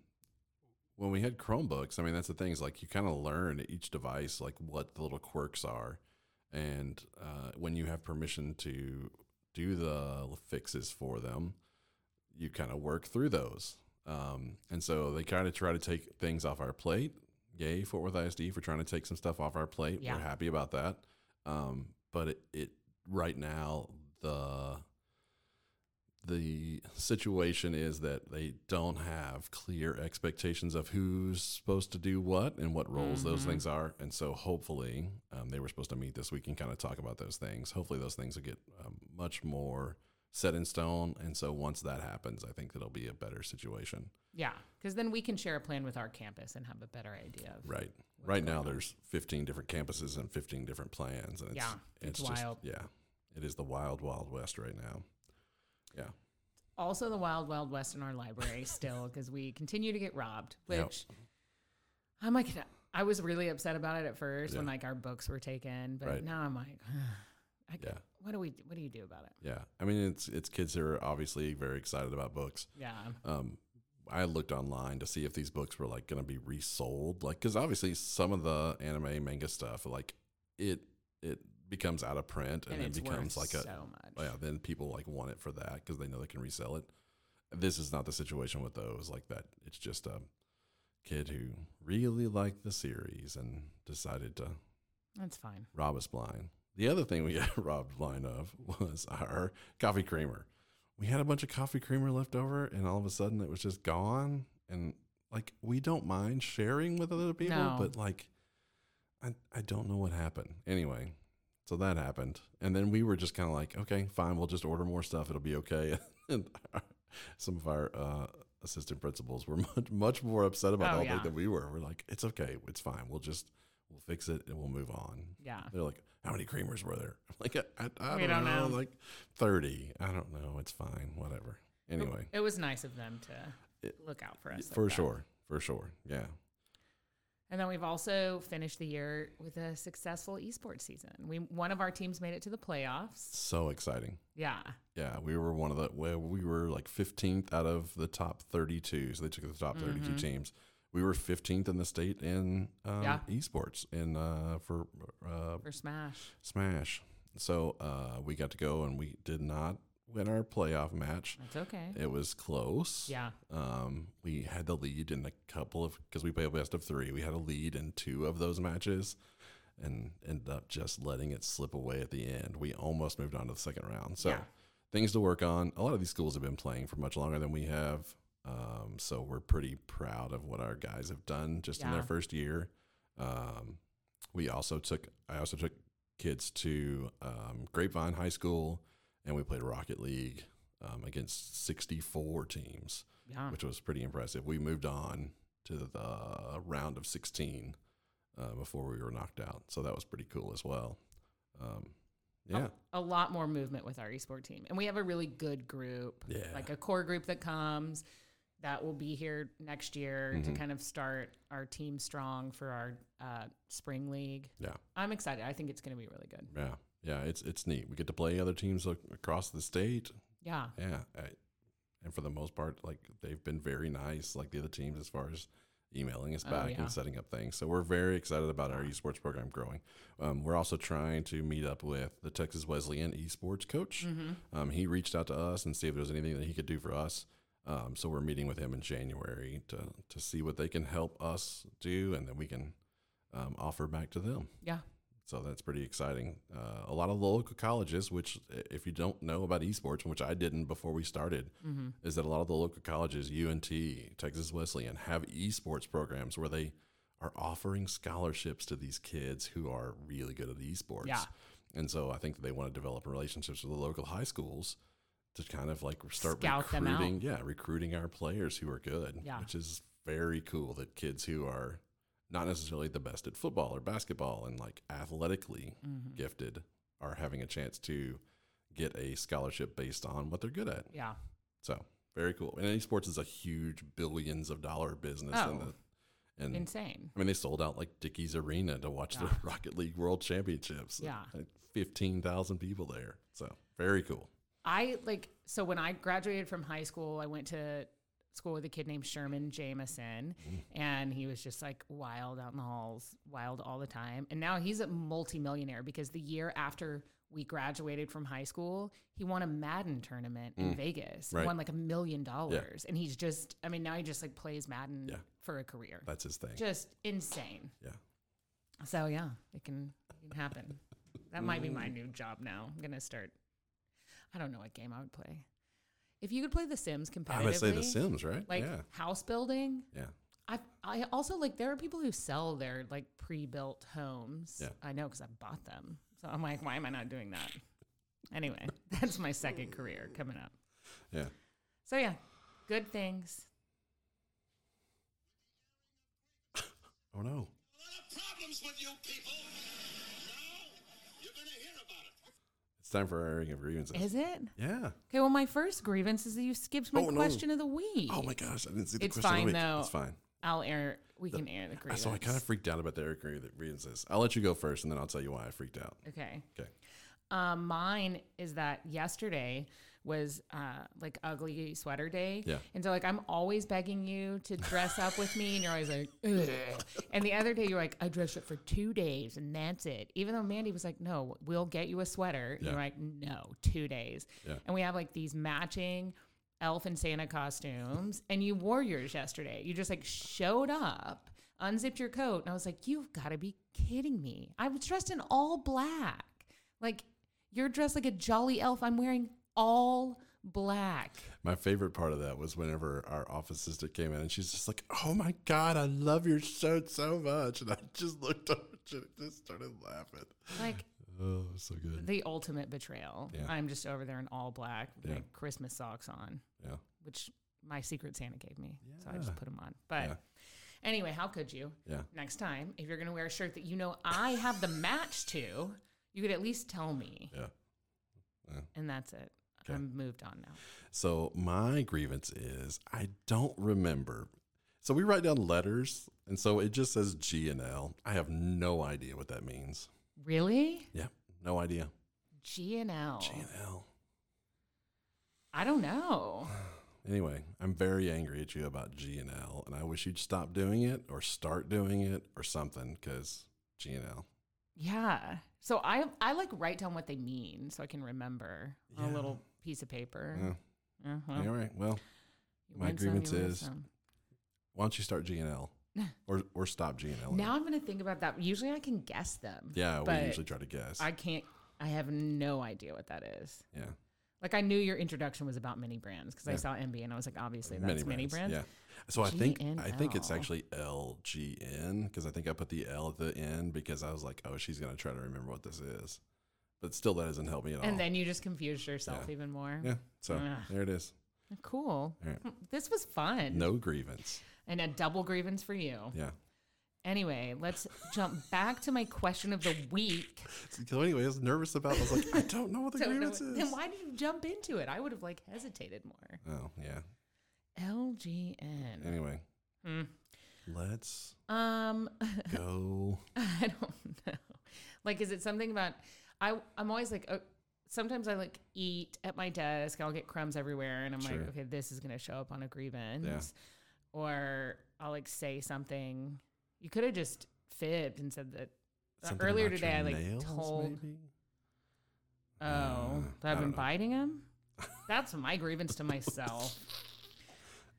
Speaker 2: when we had Chromebooks, I mean, that's the thing is like you kind of learn at each device like what the little quirks are, and uh, when you have permission to do the fixes for them, you kind of work through those. Um, and so they kind of try to take things off our plate. Yay, Fort Worth ISD for trying to take some stuff off our plate.
Speaker 1: Yeah.
Speaker 2: We're happy about that. Um, but it, it right now the the situation is that they don't have clear expectations of who's supposed to do what and what roles those
Speaker 1: Mhm.
Speaker 2: things are. And so hopefully um, they were supposed to meet this week and kind of talk about those things. Hopefully those things will get um, much more set in stone. And so once that happens, I think that'll be a better situation.
Speaker 1: Yeah. Because then we can share a plan with our campus and have a better idea of
Speaker 2: Right.
Speaker 1: what's
Speaker 2: right
Speaker 1: going
Speaker 2: now
Speaker 1: on.
Speaker 2: there's 15 different campuses and 15 different plans and it's,
Speaker 1: Yeah,
Speaker 2: it's,
Speaker 1: it's
Speaker 2: just
Speaker 1: wild.
Speaker 2: yeah it is the wild wild west right now
Speaker 1: also the wild wild west in our library still because we continue to get robbed which
Speaker 2: Yep.
Speaker 1: i'm like i was really upset about it at first when
Speaker 2: Yeah.
Speaker 1: like our books were taken but
Speaker 2: Right.
Speaker 1: now i'm like I
Speaker 2: Yeah.
Speaker 1: what do we what do you do about it
Speaker 2: yeah i mean it's it's kids who are obviously very excited about books
Speaker 1: yeah
Speaker 2: um i looked online to see if these books were like going to be resold like because obviously some of the anime manga stuff like it it becomes out of print and,
Speaker 1: and,
Speaker 2: then
Speaker 1: it's
Speaker 2: becomes like
Speaker 1: worth
Speaker 2: a
Speaker 1: so much
Speaker 2: Oh, yeah, then people like want it for that because they know they can resell it. This is not the situation with those like that. It's just a kid who really liked the series and decided to
Speaker 1: that's fine
Speaker 2: rob us blind. The other thing we got robbed blind of was our coffee creamer. We had a bunch of coffee creamer left over, and all of a sudden it was just gone. And like, we don't mind sharing with other people,
Speaker 1: No.
Speaker 2: but like, I, I don't know what happened. Anyway, so that happened. And then we were just kind of like, okay, fine, we'll just order more stuff. It'll be okay. and our, some of our uh, assistant principals were much, much more upset about
Speaker 1: Oh,
Speaker 2: the whole
Speaker 1: yeah.
Speaker 2: thing than we were. We're like, it's okay. It's fine. We'll just, we'll fix it and we'll move on.
Speaker 1: yeah
Speaker 2: They're like, how many creamers were there? I'm like, I, I, I
Speaker 1: We don't
Speaker 2: don't, know,
Speaker 1: know.
Speaker 2: Like 30. I don't know. It's fine. Whatever.
Speaker 1: It-
Speaker 2: Anyway,
Speaker 1: it, was nice of them to
Speaker 2: It-
Speaker 1: look out for us like
Speaker 2: for
Speaker 1: that.
Speaker 2: sure. For sure. Yeah.
Speaker 1: and then we've also finished the year with a successful esports season we one of our teams made it to the playoffs
Speaker 2: So exciting.
Speaker 1: yeah
Speaker 2: Yeah. We were one of the, well, we were like 15th out of the top 32. So they took the top 32
Speaker 1: Mhm.
Speaker 2: teams. We were 15th in the state in um,
Speaker 1: Yeah.
Speaker 2: esports in uh, for uh,
Speaker 1: for smash
Speaker 2: Smash. So uh, we got to go and we did not win our playoff match.
Speaker 1: that's okay
Speaker 2: It was close.
Speaker 1: yeah
Speaker 2: Um, we had the lead in a couple of because we played best of three. We had a lead in two of those matches, and ended up just letting it slip away at the end. We almost moved on to the second round. So
Speaker 1: Yeah.
Speaker 2: things to work on. A lot of these schools have been playing for much longer than we have. Um, so we're pretty proud of what our guys have done just in their
Speaker 1: Yeah.
Speaker 2: first year. Um, we also took I also took kids to um, Grapevine High School, and we played Rocket League um, against 64 teams
Speaker 1: yeah
Speaker 2: which was pretty impressive. We moved on to the round of 16 uh, before we were knocked out. So that was pretty cool as well. Um,
Speaker 1: a-
Speaker 2: yeah.
Speaker 1: a, lot more movement with our esport team. And we have a really good group,
Speaker 2: Yeah.
Speaker 1: like a core group that comes that will be here next year
Speaker 2: Mhm.
Speaker 1: to kind of start our team strong for our uh, spring league.
Speaker 2: Yeah.
Speaker 1: I'm excited. I think it's going to be really good.
Speaker 2: yeah. Yeah. It's, it's neat. We get to play other teams ac- across the state.
Speaker 1: Yeah.
Speaker 2: Yeah. I, and for the most part, like they've been very nice, like the other teams, as far as emailing us
Speaker 1: Oh,
Speaker 2: back
Speaker 1: yeah.
Speaker 2: and setting up things. So we're very excited about our esports program growing. Um, we're also trying to meet up with the Texas Wesleyan esports coach.
Speaker 1: Mm-hmm.
Speaker 2: Um, he reached out to us and see if there was anything that he could do for us. Um, so we're meeting with him in January to to see what they can help us do, and then we can um, offer back to them.
Speaker 1: Yeah.
Speaker 2: So that's pretty exciting. Uh, a lot of local colleges, which i- if you don't know about esports, which I didn't before we started,
Speaker 1: Mm-hmm.
Speaker 2: is that a lot of the local colleges, UNT, Texas Wesleyan, have esports programs where they are offering scholarships to these kids who are really good at esports.
Speaker 1: Yeah.
Speaker 2: And so I think that they want to develop relationships with the local high schools to kind of like start
Speaker 1: Scout them out.
Speaker 2: recruiting, yeah, recruiting our players who are good,
Speaker 1: Yeah.
Speaker 2: which is very cool that kids who are not necessarily the best at football or basketball and like athletically
Speaker 1: Mm-hmm.
Speaker 2: gifted are having a chance to get a scholarship based on what they're good at.
Speaker 1: Yeah.
Speaker 2: So very cool. And esports is a huge billions of dollar business. and
Speaker 1: Oh.
Speaker 2: the, and
Speaker 1: Insane.
Speaker 2: I mean, they sold out like Dickies Arena to watch the
Speaker 1: Yeah.
Speaker 2: Rocket League World Championships.
Speaker 1: Yeah.
Speaker 2: Like 15,000 people there. So very cool.
Speaker 1: I like so when I graduated from high school, I went to school with a kid named Sherman Jameson, and he was just like wild out in the halls, wild all the time. And now he's a multimillionaire because the year after we graduated from high school, he won a Madden tournament in Vegas.
Speaker 2: Mm. right.
Speaker 1: He won like a million dollars. And he's just I mean, now he just like plays Madden
Speaker 2: Yeah.
Speaker 1: for a career.
Speaker 2: That's his thing.
Speaker 1: just insane.
Speaker 2: Yeah.
Speaker 1: So yeah, it can, it can happen. That might be
Speaker 2: Mm.
Speaker 1: my new job now. I'm gonna start. I don't know what game I would play. If you could play The Sims competitively,
Speaker 2: I would say The Sims, right?
Speaker 1: like
Speaker 2: yeah.
Speaker 1: house building.
Speaker 2: Yeah.
Speaker 1: I I also like there are people who sell their like pre-built homes.
Speaker 2: Yeah.
Speaker 1: I know because I bought them. So I'm like, why am I not doing that? Anyway, that's my second career coming up.
Speaker 2: Yeah.
Speaker 1: So yeah, good things.
Speaker 2: Oh no.
Speaker 3: lot of problems with you people. Now you're going to hear about it.
Speaker 2: It's time for our airing of grievances.
Speaker 1: Is it?
Speaker 2: yeah.
Speaker 1: Okay, well, my first grievance is that you skipped my
Speaker 2: Oh, no.
Speaker 1: question of the week.
Speaker 2: Oh my gosh, I didn't see the
Speaker 1: It's
Speaker 2: question.
Speaker 1: fine,
Speaker 2: of the week.
Speaker 1: though.
Speaker 2: It's fine.
Speaker 1: I'll air, we can air the grievance.
Speaker 2: Ah, So I kind of freaked out about the airing of grievances. I'll let you go first, and then I'll tell you why I freaked out.
Speaker 1: Okay.
Speaker 2: Okay.
Speaker 1: Um, mine is that yesterday was uh, like ugly sweater day.
Speaker 2: Yeah.
Speaker 1: And so like I'm always begging you to dress up with me, and you're always like, Ugh. and the other day you're like, I dressed up for two days and that's it. Even though Mandy was like, No, we'll get you a sweater. And
Speaker 2: Yeah.
Speaker 1: You're like, No, two days.
Speaker 2: Yeah.
Speaker 1: And we have like these matching elf and Santa costumes, and you wore yours yesterday. You just like showed up. Unzipped your coat, and I was like, "You've got to be kidding me!" I was dressed in all black. Like you're dressed like a jolly elf. I'm wearing all black.
Speaker 2: My favorite part of that was whenever our office sister came in and she's just like, "Oh my god, I love your shirt so much," and I just looked up and just started laughing.
Speaker 1: Like
Speaker 2: Oh, it was so good.
Speaker 1: the ultimate betrayal.
Speaker 2: Yeah.
Speaker 1: I'm just over there in all black with
Speaker 2: Yeah.
Speaker 1: my Christmas socks on,
Speaker 2: Yeah,
Speaker 1: which my secret Santa gave me. So I just
Speaker 2: Yeah.
Speaker 1: put them on. But
Speaker 2: Yeah.
Speaker 1: anyway, how could you?
Speaker 2: yeah,
Speaker 1: Next time, if you're going to wear a shirt that you know I have the match to, you could at least tell me.
Speaker 2: yeah.
Speaker 1: And that's it. I'm moved on now.
Speaker 2: So my grievance is I don't remember. So we write down letters, and so it just says G and L. I have no idea what that means.
Speaker 1: Really?
Speaker 2: Yeah, no idea.
Speaker 1: G and L.
Speaker 2: G and L.
Speaker 1: I don't know.
Speaker 2: Anyway, I'm very angry at you about G and L, and I wish you'd stop doing it or start doing it or something, because G and L.
Speaker 1: Yeah. So I I like write down what they mean so I can remember on
Speaker 2: Yeah.
Speaker 1: a little piece of paper.
Speaker 2: Yeah.
Speaker 1: Uh-huh.
Speaker 2: All right. Well,
Speaker 1: You
Speaker 2: my
Speaker 1: win some, you
Speaker 2: grievance
Speaker 1: lose
Speaker 2: is-
Speaker 1: some.
Speaker 2: why don't you start G and L, or or stop G and L?
Speaker 1: now I'm gonna think about that. Usually I can guess them.
Speaker 2: Oh, Yeah, we
Speaker 1: but
Speaker 2: usually try to guess.
Speaker 1: I can't. I have no idea what that is.
Speaker 2: yeah,
Speaker 1: Like I knew your introduction was about mini brands because I
Speaker 2: Yeah.
Speaker 1: saw MB and I was like, obviously that's mini brands.
Speaker 2: Yeah. So I think
Speaker 1: G and
Speaker 2: I think it's
Speaker 1: L.
Speaker 2: actually L G N because I think I put the L at the end because I was like, oh, she's gonna try to remember what this is, but still that doesn't help me at all.
Speaker 1: And then you just confused yourself
Speaker 2: Oh. Yeah.
Speaker 1: even more.
Speaker 2: yeah. So
Speaker 1: Ugh.
Speaker 2: there it is.
Speaker 1: Cool. Hmm,
Speaker 2: All right.
Speaker 1: This was fun.
Speaker 2: No grievance.
Speaker 1: And a double grievance for you.
Speaker 2: Yeah.
Speaker 1: Anyway, let's jump back to my question of the week.
Speaker 2: So anyway, I was nervous about. I was like, I don't know what the
Speaker 1: don't know
Speaker 2: grievance
Speaker 1: what-
Speaker 2: is.
Speaker 1: Then why did you jump into it? I would have like hesitated more.
Speaker 2: Oh yeah.
Speaker 1: LGN.
Speaker 2: Anyway,
Speaker 1: Hmm.
Speaker 2: let's
Speaker 1: Um,
Speaker 2: go.
Speaker 1: I don't know. Like, is it something about? I I'm always like. Uh, sometimes I like eat at my desk. I'll get crumbs everywhere, and I'm
Speaker 2: Sure.
Speaker 1: like, okay, this is gonna show up on a grievance. Or I'll like say something. You could have just fibbed and said that. uh,
Speaker 2: Something
Speaker 1: earlier
Speaker 2: about
Speaker 1: today,
Speaker 2: your
Speaker 1: I like
Speaker 2: nails,
Speaker 1: told.
Speaker 2: maybe?
Speaker 1: Oh,
Speaker 2: Uh,
Speaker 1: that I've been
Speaker 2: I don't know.
Speaker 1: biting him. That's my grievance to myself.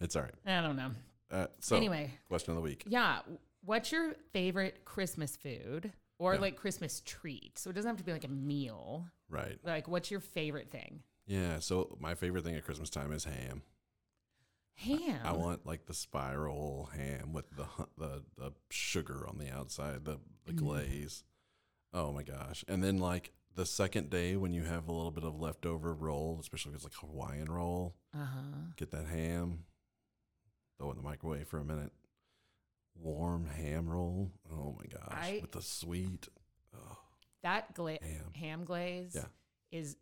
Speaker 2: It's all right.
Speaker 1: I don't know.
Speaker 2: Uh, so
Speaker 1: Anyway.
Speaker 2: question of the week.
Speaker 1: Yeah. What's your favorite Christmas food or
Speaker 2: Yeah.
Speaker 1: like Christmas treat? So it doesn't have to be like a meal.
Speaker 2: Right.
Speaker 1: Like, what's your favorite thing?
Speaker 2: Yeah. So my favorite thing at Christmas time is ham.
Speaker 1: Ham.
Speaker 2: I want like the spiral ham with the hu- the the sugar on the outside, the the
Speaker 1: Mm.
Speaker 2: glaze. Oh my gosh! And then like the second day when you have a little bit of leftover roll, especially if it's like Hawaiian roll,
Speaker 1: Uh huh.
Speaker 2: get that ham, throw it in the microwave for a minute. Warm ham roll. Oh my gosh!
Speaker 1: I-
Speaker 2: with the sweet. Oh,
Speaker 1: That gla-
Speaker 2: Ham.
Speaker 1: ham. glaze
Speaker 2: Yeah.
Speaker 1: is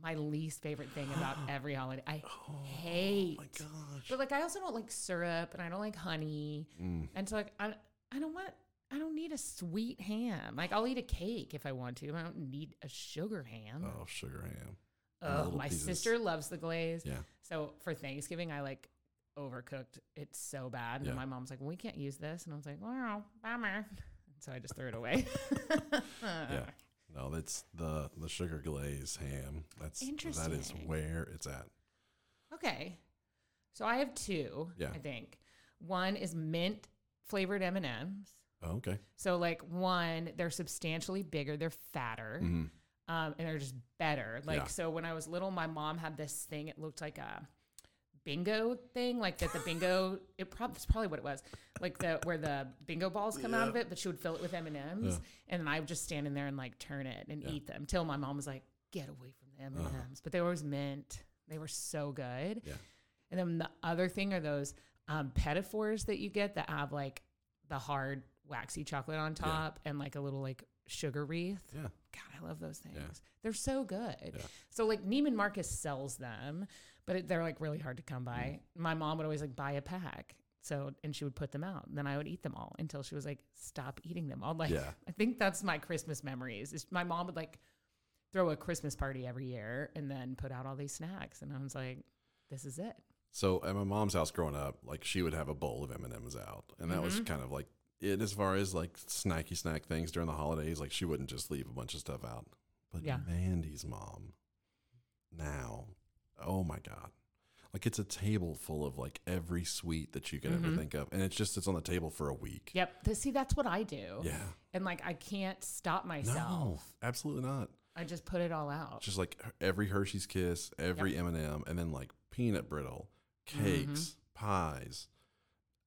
Speaker 1: my least favorite thing about every holiday. I
Speaker 2: oh
Speaker 1: hate.
Speaker 2: my gosh!
Speaker 1: But like, I also don't like syrup and I don't like honey.
Speaker 2: Mm,
Speaker 1: And so, like, I, I don't want. I don't need a sweet ham. Like I'll eat a cake if I want to. I don't need a sugar ham.
Speaker 2: oh, sugar ham. and the
Speaker 1: Ugh,
Speaker 2: little
Speaker 1: my
Speaker 2: pieces.
Speaker 1: sister loves the glaze.
Speaker 2: Yeah.
Speaker 1: So for Thanksgiving, I like overcooked it so bad. And
Speaker 2: Yeah.
Speaker 1: my mom's like, we can't use this. And I was like, wow, bummer. So I just threw it away. Uh-uh.
Speaker 2: Yeah. No, that's the the sugar glaze ham. That's that is
Speaker 1: Interesting.
Speaker 2: where it's at.
Speaker 1: Okay. So I have two,
Speaker 2: Yeah.
Speaker 1: I think. One is mint flavored M&Ms.
Speaker 2: Oh, okay.
Speaker 1: So like one, they're substantially bigger, they're fatter.
Speaker 2: Mhm.
Speaker 1: um, and they're just better. Like
Speaker 2: Yeah.
Speaker 1: so, when I was little, my mom had this thing. It looked like a bingo thing, like that the bingo. It probably it's probably what it was, like the where the bingo balls come out of it, but she would fill it with M and M's, and then I would just stand in there and like turn it and eat them till my mom was like, "Get away from the M and M's." But they were always mint. They were so good.
Speaker 2: Uh-huh. Yeah.
Speaker 1: And then the other thing are those um, pedophores that you get that have like the hard waxy chocolate on top and like a little like sugar wreath.
Speaker 2: Yeah.
Speaker 1: God, I love those things. They're so good.
Speaker 2: Yeah.
Speaker 1: So like Neiman Marcus sells them, but it, they're like really hard to come by.
Speaker 2: Mm.
Speaker 1: My mom would always like buy a pack. So and she would put them out. Then I would eat them all until she was like, "Stop eating them all." Like
Speaker 2: Yeah.
Speaker 1: I think that's my Christmas memories. Is my mom would like throw a Christmas party every year and then put out all these snacks, and I was like, "This is it."
Speaker 2: So at my mom's house growing up, like she would have a bowl of M and M's out, and that was kind of like it as far as like snacky snack things during the holidays. Like she wouldn't just leave a bunch of stuff out. But
Speaker 1: Yeah.
Speaker 2: Mandy's mom, now, oh my god, like it's a table full of like every sweet that you could ever think of, and it's just it's on the table for a week.
Speaker 1: Yep. Th- See, that's what I do,
Speaker 2: Yeah.
Speaker 1: and like I can't stop
Speaker 2: No,
Speaker 1: myself.
Speaker 2: absolutely not.
Speaker 1: I just put it all out.
Speaker 2: Just like every Hershey's Kiss, every M and m and then like peanut brittle, cakes, pies.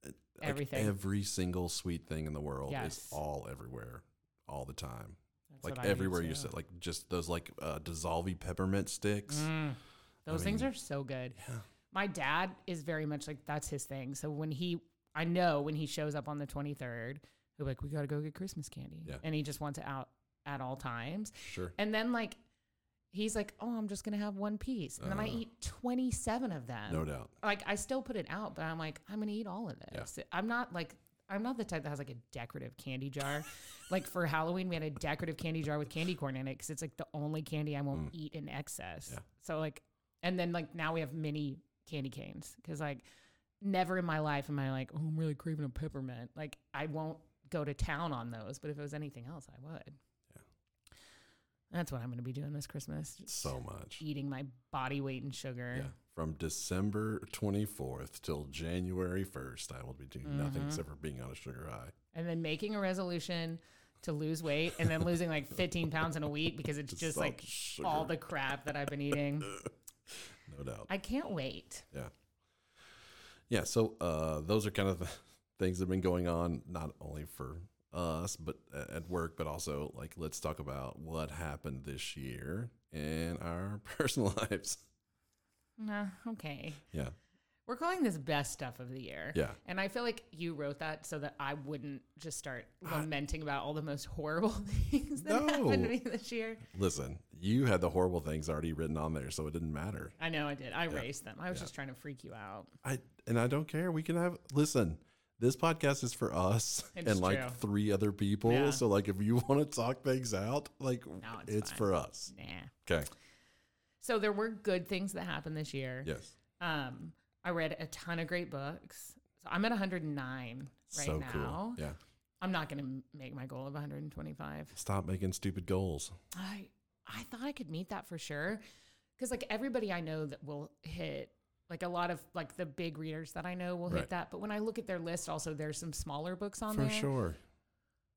Speaker 2: eh, like,
Speaker 1: Mm-hmm. Everything.
Speaker 2: every single sweet thing in the world is
Speaker 1: Yes.
Speaker 2: all everywhere, all the time.
Speaker 1: That's what
Speaker 2: like
Speaker 1: I do,
Speaker 2: everywhere you
Speaker 1: too.
Speaker 2: sit, like just those like uh, dissolvey peppermint sticks.
Speaker 1: Mm. Those things
Speaker 2: mean,
Speaker 1: are so good. My dad is very much like that's his thing. So when he, I know when he shows up on the 23rd, he'll be like, we got to go get Christmas candy.
Speaker 2: Yeah.
Speaker 1: And he just wants it out at all times.
Speaker 2: Sure.
Speaker 1: And then like, he's like, oh, I'm just going to have one piece. And then I
Speaker 2: Uh,
Speaker 1: eat 27 of them.
Speaker 2: No doubt.
Speaker 1: Like I still put it out, but I'm like, I'm going to eat all of this. I'm not like, I'm not the type that has like a decorative candy jar. like for Halloween, we had a decorative candy jar with candy corn in it because it's like the only candy I won't eat in excess.
Speaker 2: Mm. Yeah.
Speaker 1: So like, and then like now we have mini candy canes because like never in my life am I like, oh, I'm really craving a peppermint. Like I won't go to town on those, but if it was anything else, I would.
Speaker 2: Yeah.
Speaker 1: That's what I'm going to be doing this Christmas. just
Speaker 2: So much.
Speaker 1: eating my body weight in sugar.
Speaker 2: Yeah. From December 24th till January 1st, I will be doing
Speaker 1: Mm-hmm.
Speaker 2: nothing except for being on a sugar high.
Speaker 1: and then making a resolution to lose weight and then losing like 15 pounds in a week because it's
Speaker 2: Just
Speaker 1: just like
Speaker 2: all sugar.
Speaker 1: all the crap that I've been eating.
Speaker 2: No doubt.
Speaker 1: I can't wait.
Speaker 2: Yeah. Yeah. So uh, those are kind of the things that have been going on, not only for us, but a- at work, but also like let's talk about what happened this year in our personal lives.
Speaker 1: Nah, okay.
Speaker 2: Yeah.
Speaker 1: We're calling this best stuff of the year.
Speaker 2: Yeah.
Speaker 1: And I feel like you wrote that so that I wouldn't just start lamenting about all the most horrible things that happened
Speaker 2: No.
Speaker 1: to me this year.
Speaker 2: Listen, you had the horrible things already written on there, so it didn't matter.
Speaker 1: I know I did. I erased them. I was just trying to freak you out.
Speaker 2: I and I don't care. We can have listen. This podcast is for us
Speaker 1: It's
Speaker 2: and like
Speaker 1: true.
Speaker 2: three other people.
Speaker 1: Yeah.
Speaker 2: So like, if you want to talk things out, like
Speaker 1: No,
Speaker 2: it's,
Speaker 1: it's fine.
Speaker 2: for us.
Speaker 1: Nah.
Speaker 2: Okay.
Speaker 1: So there were good things that happened this year.
Speaker 2: Yes.
Speaker 1: Um, I read a ton of great books. So I'm at 109 right
Speaker 2: so
Speaker 1: now.
Speaker 2: cool. Yeah.
Speaker 1: I'm not going to make my goal of 125.
Speaker 2: Stop making stupid goals.
Speaker 1: I I thought I could meet that for sure cuz like everybody I know that will hit like a lot of like the big readers that I know will
Speaker 2: Right.
Speaker 1: hit that. But when I look at their list also there's some smaller books on
Speaker 2: For
Speaker 1: there.
Speaker 2: sure.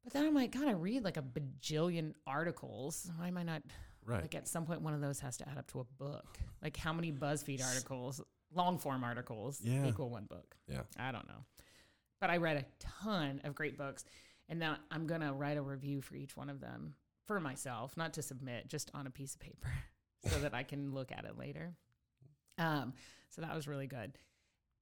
Speaker 1: But then I'm like God, I read like a bajillion articles. Why am I not
Speaker 2: Right.
Speaker 1: like at some point one of those has to add up to a book. Like how many BuzzFeed articles, long form articles
Speaker 2: Yeah.
Speaker 1: equal one book?
Speaker 2: yeah.
Speaker 1: I don't know. But I read a ton of great books. And now I'm going to write a review for each one of them for myself, not to submit, just on a piece of paper so that I can look at it later. Um, so that was really good.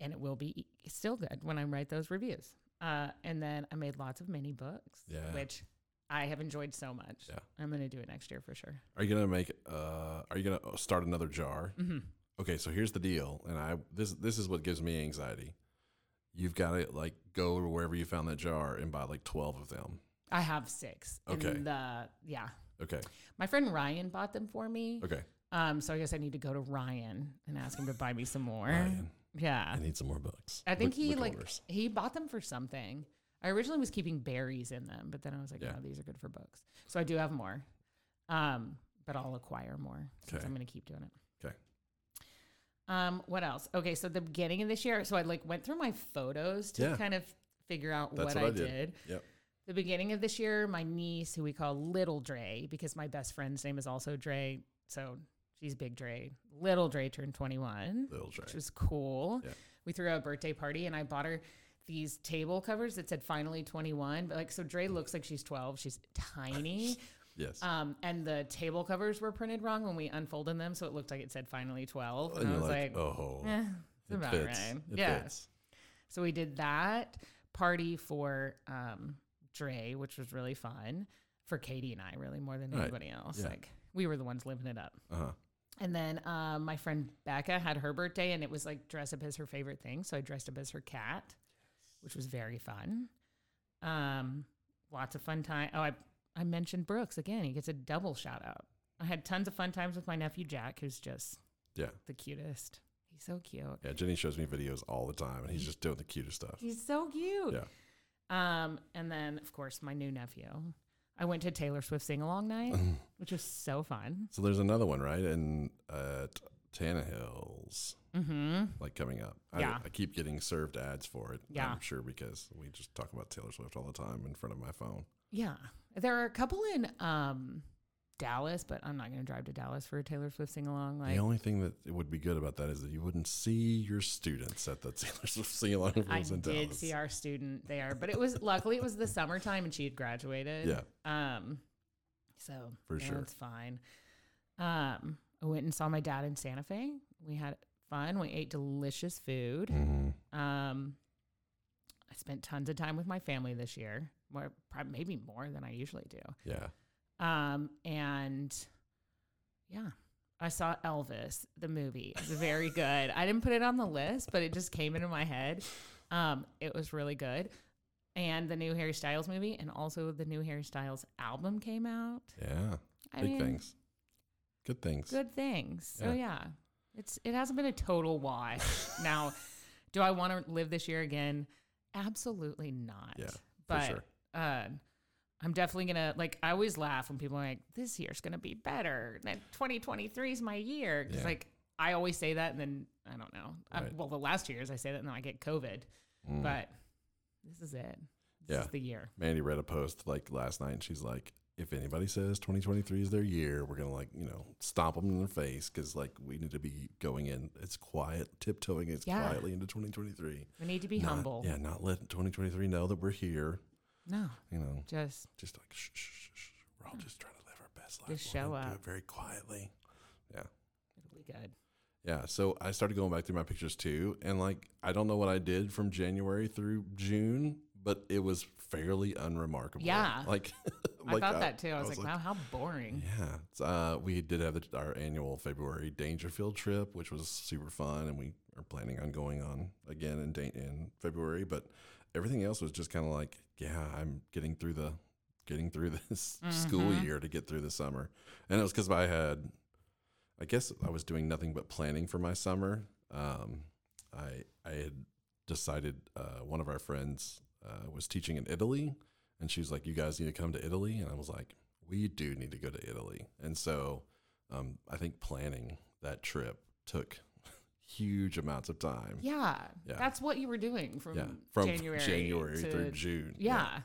Speaker 1: And it will be e, still good when I write those reviews. Uh, and then I made lots of mini books,
Speaker 2: Yeah.
Speaker 1: which I have enjoyed so much.
Speaker 2: Yeah.
Speaker 1: I'm going to do it next year for sure.
Speaker 2: Are you gonna make? Uh, are you gonna start another jar?
Speaker 1: Mhm.
Speaker 2: Okay. So here's the deal, and I this this is what gives me anxiety. You've got to like go to wherever you found that jar and buy like twelve of them.
Speaker 1: I have six.
Speaker 2: Okay.
Speaker 1: In the, yeah.
Speaker 2: Okay.
Speaker 1: My friend Ryan bought them for me.
Speaker 2: Okay.
Speaker 1: Um, so I guess I need to go to Ryan and ask him to buy me some more.
Speaker 2: Ryan,
Speaker 1: Yeah.
Speaker 2: I need some more books.
Speaker 1: Uh, I think
Speaker 2: Book-
Speaker 1: he
Speaker 2: book
Speaker 1: like
Speaker 2: orders.
Speaker 1: he bought them for something. I originally was keeping berries in them, but then I was like,
Speaker 2: Yeah.
Speaker 1: no, these are good for books. So I do have more. Um, but I'll acquire more since
Speaker 2: Okay.
Speaker 1: I'm gonna keep doing it.
Speaker 2: 'Kay.
Speaker 1: Um, what else? Okay, so the beginning of this year, so I like went through my photos to
Speaker 2: Yeah.
Speaker 1: kind of figure out
Speaker 2: That's
Speaker 1: what, I did
Speaker 2: Yep.
Speaker 1: the beginning of this year, my niece, who we call Little Dre, because my best friend's name is also Dre, so she's Big Dre. Little Dre turned 21,
Speaker 2: Little jar.
Speaker 1: which was cool.
Speaker 2: Yeah.
Speaker 1: We threw a birthday party, and I bought her these table covers that said "Finally 21." But like, so Dre
Speaker 2: Mm.
Speaker 1: looks like she's 12. She's tiny,
Speaker 2: Yes.
Speaker 1: um, and the table covers were printed wrong when we unfolded them, so it looked like it said "Finally 12." And,
Speaker 2: and
Speaker 1: I
Speaker 2: you're
Speaker 1: was like,
Speaker 2: like, oh,
Speaker 1: eh, it's
Speaker 2: it
Speaker 1: about
Speaker 2: fits.
Speaker 1: right.
Speaker 2: It
Speaker 1: yeah.
Speaker 2: fits.
Speaker 1: So we did that party for um, Dre, which was really fun for Katie and I, really more than
Speaker 2: Right.
Speaker 1: anybody else.
Speaker 2: Yeah.
Speaker 1: Like we were the ones living it up.
Speaker 2: Uh huh.
Speaker 1: And then uh, my friend Becca had her birthday, and it was like dress up as her favorite thing. So I dressed up as her cat, which was very fun. Um, lots of fun time. Oh, I I mentioned Brooks again. He gets a double shout out. I had tons of fun times with my nephew Jack, who's just
Speaker 2: Yeah.
Speaker 1: the cutest. He's so cute.
Speaker 2: Yeah. Jenny shows me videos all the time, and he's just doing the cutest stuff.
Speaker 1: He's so cute.
Speaker 2: Yeah.
Speaker 1: Um, and then of course my new nephew. I went to Taylor Swift sing along night, which was so fun.
Speaker 2: So there's another one, right? In uh, T- Tannehill's,
Speaker 1: Mm-hmm.
Speaker 2: like coming up.
Speaker 1: Yeah.
Speaker 2: I, I keep getting served ads for it.
Speaker 1: Yeah.
Speaker 2: I'm sure because we just talk about Taylor Swift all the time in front of my phone.
Speaker 1: Yeah. There are a couple in um Dallas, but I'm not gonna drive to Dallas for a Taylor Swift sing along. Like
Speaker 2: the only thing that it would be good about that is that you wouldn't see your students at the Taylor Swift sing along
Speaker 1: I
Speaker 2: in
Speaker 1: did
Speaker 2: Dallas.
Speaker 1: see our student there, but it was luckily it was the summertime and she had graduated.
Speaker 2: Yeah.
Speaker 1: Um so
Speaker 2: For
Speaker 1: you know,
Speaker 2: sure.
Speaker 1: it's fine. Um I went and saw my dad in Santa Fe. We had fun. We ate delicious food.
Speaker 2: Mhm.
Speaker 1: Um, I spent tons of time with my family this year, more prob- maybe more than I usually do.
Speaker 2: Yeah.
Speaker 1: Um, and yeah, I saw Elvis the movie. It's very good. I didn't put it on the list, but it just came into my head. Um, it was really good. And the new Harry Styles movie, and also the new Harry Styles album came out.
Speaker 2: Yeah.
Speaker 1: I
Speaker 2: Big
Speaker 1: mean,
Speaker 2: things. Good things.
Speaker 1: good things. So
Speaker 2: Yeah.
Speaker 1: yeah, it's it hasn't been a total wash. now, do I want to live this year again? Absolutely not.
Speaker 2: Yeah, for
Speaker 1: but
Speaker 2: sure.
Speaker 1: uh, I'm definitely gonna like. I always laugh when people are like, "This year's gonna be better." That 2023 is my year because
Speaker 2: Yeah.
Speaker 1: like I always say that, and then I don't know. I,
Speaker 2: Right.
Speaker 1: well, the last two years I say that, and then I get COVID.
Speaker 2: Mm.
Speaker 1: But this is it. This
Speaker 2: Yeah.
Speaker 1: is the year.
Speaker 2: Mandy read a post like last night and she's like, if anybody says 2023 is their year, we're going to like, you know, stomp them in their face because like we need to be going in. It's quiet, tiptoeing It's
Speaker 1: Yeah.
Speaker 2: quietly into 2023.
Speaker 1: We need to be
Speaker 2: Not-
Speaker 1: humble.
Speaker 2: Yeah. Not let 2023 know that we're here.
Speaker 1: No,
Speaker 2: You know,
Speaker 1: just
Speaker 2: just like, shh, shh, shh, shh. We're all just trying to live our best life.
Speaker 1: Just
Speaker 2: We're
Speaker 1: show
Speaker 2: gonna
Speaker 1: up.
Speaker 2: Do it very quietly. Yeah.
Speaker 1: it'll be good.
Speaker 2: Yeah, so I started going back through my pictures too, and like I don't know what I did from January through June, but it was fairly unremarkable.
Speaker 1: Yeah.
Speaker 2: like,
Speaker 1: I thought that too. I, was, like,
Speaker 2: wow.
Speaker 1: wow, how boring.
Speaker 2: Yeah, It's, uh, we did have the, our annual February Dangerfield trip, which was super fun, and we are planning on going on again in Dan- in February. But everything else was just kind of like, yeah, I'm getting through the getting through this school year to get through the summer, and it was because I had, I guess I was doing nothing but planning for my summer. Um, I I had decided uh, one of our friends uh, was teaching in Italy, and she was like, "You guys need to come to Italy," and I was like, "We do need to go to Italy." And so, um, I think planning that trip took huge amounts of time.
Speaker 1: Yeah,
Speaker 2: Yeah.
Speaker 1: that's what you were doing from,
Speaker 2: Yeah, from
Speaker 1: January,
Speaker 2: January
Speaker 1: to-
Speaker 2: through June.
Speaker 1: Yeah,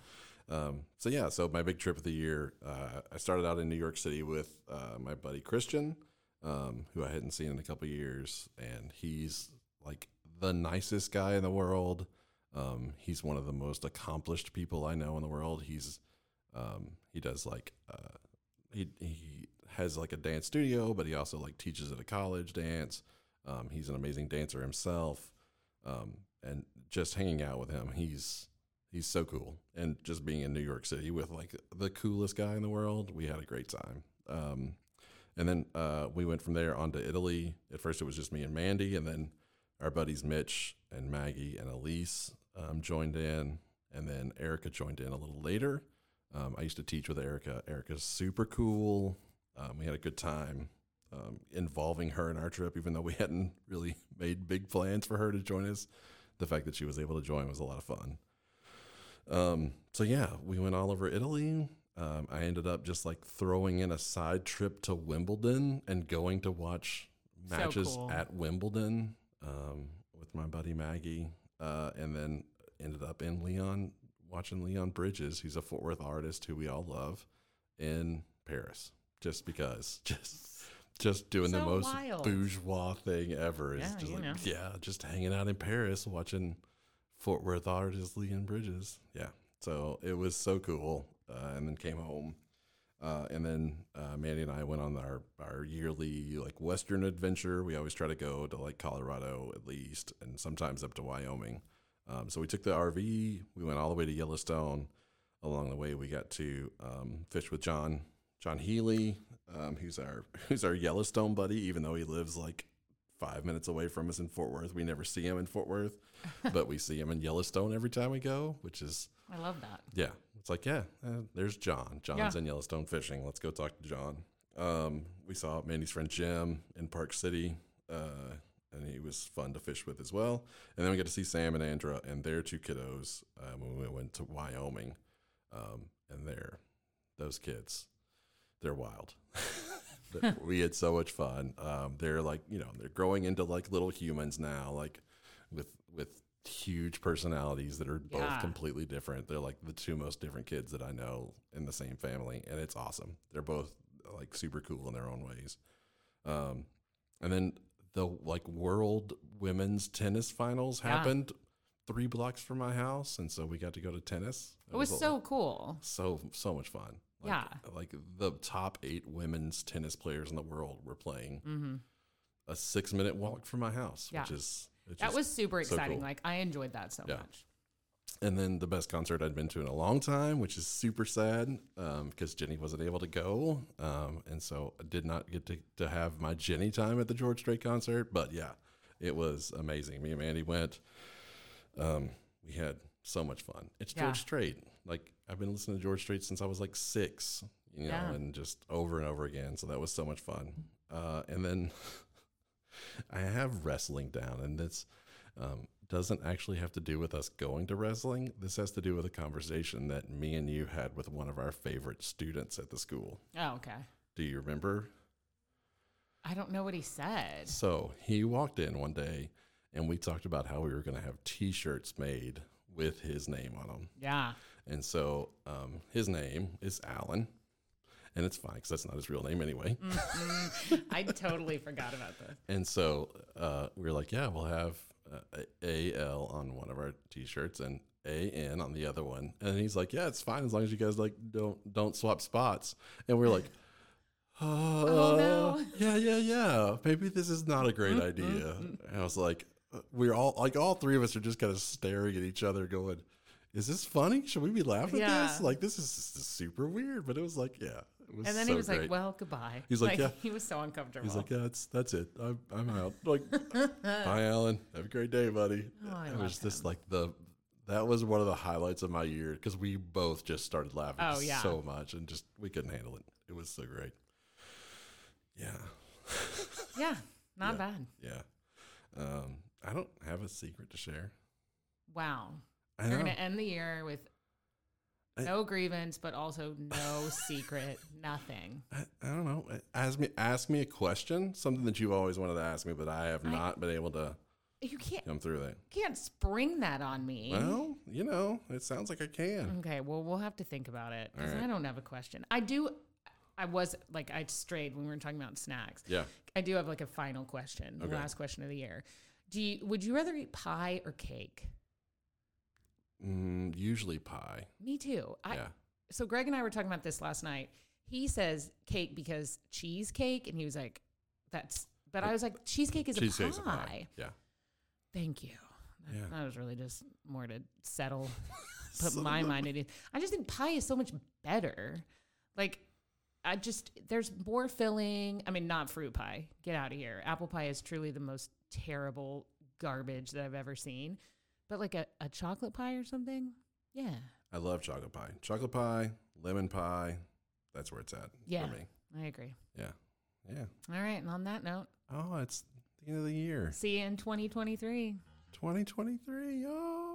Speaker 2: Um, so yeah, so my big trip of the year, uh, I started out in New York City with uh, my buddy Christian, um, who I hadn't seen in a couple years, and he's like the nicest guy in the world. Um, he's one of the most accomplished people I know in the world. He's um, he does like uh, he he has like a dance studio, but he also like teaches at a college dance. Um, he's an amazing dancer himself, um, and just hanging out with him, he's he's so cool. And just being in New York City with like the coolest guy in the world, we had a great time. Um, and then uh, we went from there on to Italy. At first, it was just me and Mandy, and then our buddies Mitch and Maggie and Elise um, joined in, and then Erica joined in a little later. Um, I used to teach with Erica. Erica's super cool. Um, we had a good time um, involving her in our trip, even though we hadn't really made big plans for her to join us. The fact that she was able to join was a lot of fun. Um, so yeah, we went all over Italy. Um, I ended up just like throwing in a side trip to Wimbledon and going to watch
Speaker 1: So
Speaker 2: matches
Speaker 1: cool.
Speaker 2: at Wimbledon um, with my buddy Maggie, uh, and then ended up in Leon watching Leon Bridges, who's a Fort Worth artist who we all love, in Paris, just because, just just doing the
Speaker 1: So
Speaker 2: most
Speaker 1: wild.
Speaker 2: bourgeois thing ever. It's
Speaker 1: Yeah,
Speaker 2: just
Speaker 1: you
Speaker 2: like
Speaker 1: know.
Speaker 2: yeah, just hanging out in Paris watching Fort Worth artist Leon Bridges. Yeah, so it was so cool, uh, and then came home. Uh, and then uh, Mandy and I went on our, our yearly like Western adventure. We always try to go to like Colorado at least, and sometimes up to Wyoming. Um, so we took the RV. We went all the way to Yellowstone, along the way, we got to um, fish with John John Healy, um, who's our who's our Yellowstone buddy, even though he lives like five minutes away from us in Fort Worth. We never see him in Fort Worth, but we see him in Yellowstone every time we go, which is
Speaker 1: I love that.
Speaker 2: yeah, it's like yeah, uh, there's John. John's
Speaker 1: Yeah.
Speaker 2: in Yellowstone fishing. Let's go talk to John. Um, we saw Mandy's friend Jim in Park City, uh, and he was fun to fish with as well. And then we got to see Sam and Andra and their two kiddos um, when we went to Wyoming. Um, and there, those kids, they're wild. That- we had so much fun. Um, they're like you know they're growing into like little humans now, like with with huge personalities that are both
Speaker 1: Yeah.
Speaker 2: completely different. They're like the two most different kids that I know in the same family, and it's awesome. They're both like super cool in their own ways. Um, and then the like world women's tennis finals
Speaker 1: Yeah.
Speaker 2: happened three blocks from my house, and so we got to go to tennis.
Speaker 1: It was
Speaker 2: a-
Speaker 1: so cool.
Speaker 2: so so much fun. Like,
Speaker 1: Yeah.
Speaker 2: like the top eight women's tennis players in the world were playing
Speaker 1: hmm
Speaker 2: a six minute walk from my house,
Speaker 1: Yeah.
Speaker 2: which is which
Speaker 1: That
Speaker 2: is-
Speaker 1: was super
Speaker 2: so
Speaker 1: exciting.
Speaker 2: cool.
Speaker 1: Like I enjoyed that so
Speaker 2: Yeah.
Speaker 1: much.
Speaker 2: and then the best concert I'd been to in a long time, which is super sad because Jenny wasn't able to go, um, and so I did not get to, to have my Jenny time at the George Strait concert. But yeah, it was amazing. Me and Mandy went. Um, we had so much fun. It's
Speaker 1: Yeah.
Speaker 2: George Strait. Like I've been listening to George Strait since I was like six, you know,
Speaker 1: Yeah.
Speaker 2: and just over and over again. So that was so much fun. Uh, and then I have wrestling down, and that's um, doesn't actually have to do with us going to wrestling. This has to do with a conversation that me and you had with one of our favorite students at the school.
Speaker 1: Oh, okay.
Speaker 2: Do you remember?
Speaker 1: I don't know what he said.
Speaker 2: So he walked in one day and we talked about how we were going to have t shirts made with his name on them.
Speaker 1: Yeah.
Speaker 2: And so um, his name is Alan. And it's fine because that's not his real name anyway.
Speaker 1: I totally forgot about this.
Speaker 2: And so uh, we were like, yeah, we'll have uh, A- AL on one of our t-shirts and AN on the other one. And he's like, yeah, it's fine as long as you guys like don't don't swap spots. And we are like, oh
Speaker 1: no. Mm-hmm.
Speaker 2: yeah, yeah, yeah. Maybe this is not a great idea. And I was like, uh, we're all like all three of us are just kind of staring at each other going, is this funny? Should we be laughing at this?
Speaker 1: Yeah.
Speaker 2: Like this is, this is super weird, but it was like, yeah. It was
Speaker 1: And then
Speaker 2: so
Speaker 1: he was
Speaker 2: great.
Speaker 1: like, "Well, goodbye."
Speaker 2: He's like, "Yeah."
Speaker 1: He was so uncomfortable.
Speaker 2: He's like, yeah, that's that's it. I'm, I'm out. Like, bye, Alan. Have a great day, buddy.
Speaker 1: Oh, I
Speaker 2: it
Speaker 1: love
Speaker 2: was just like the that was one of the highlights of my year because we both just started laughing
Speaker 1: Oh, yeah.
Speaker 2: so much and just we couldn't handle it. It was so great. Yeah,
Speaker 1: "Yeah, not
Speaker 2: Yeah.
Speaker 1: bad."
Speaker 2: yeah. Um, I don't have a secret to share.
Speaker 1: Wow.
Speaker 2: I
Speaker 1: We're
Speaker 2: know.
Speaker 1: gonna end the year with
Speaker 2: I-
Speaker 1: no grievance, but also no secret, nothing.
Speaker 2: I, I don't know. Ask me ask me a question, something that you've always wanted to ask me, but I have
Speaker 1: I-
Speaker 2: not been able to
Speaker 1: You can't
Speaker 2: come through that.
Speaker 1: you can't spring that on me.
Speaker 2: Well, you know, it sounds like I can.
Speaker 1: Okay, well, we'll have to think about it because
Speaker 2: Alright.
Speaker 1: I don't have a question. I do. I was like, I strayed when we were talking about snacks.
Speaker 2: Yeah.
Speaker 1: I do have like a final question, the
Speaker 2: Okay.
Speaker 1: last question of the year. Do you, would you rather eat pie or cake?
Speaker 2: Mm, usually pie.
Speaker 1: Me too. I,
Speaker 2: yeah.
Speaker 1: So Greg and I were talking about this last night. He says cake because cheesecake, and he was like, "That's." But I was like, "Cheesecake is
Speaker 2: Cheesecake's
Speaker 1: a,
Speaker 2: a
Speaker 1: pie.
Speaker 2: pie. Yeah.
Speaker 1: Thank you. That,
Speaker 2: Yeah.
Speaker 1: that was really just more to settle, put my mind at ease. I just think pie is so much better. Like, I just there's more filling. I mean, not fruit pie. Get out of here. Apple pie is truly the most terrible garbage that I've ever seen. But like a, a chocolate pie or something. Yeah,
Speaker 2: I love chocolate pie. Chocolate pie, lemon pie. That's where it's at
Speaker 1: Yeah.
Speaker 2: for me.
Speaker 1: I agree.
Speaker 2: Yeah. Yeah.
Speaker 1: All right, and on that note.
Speaker 2: Oh, it's the end of the year.
Speaker 1: See you in 2023.
Speaker 2: 2023. Oh.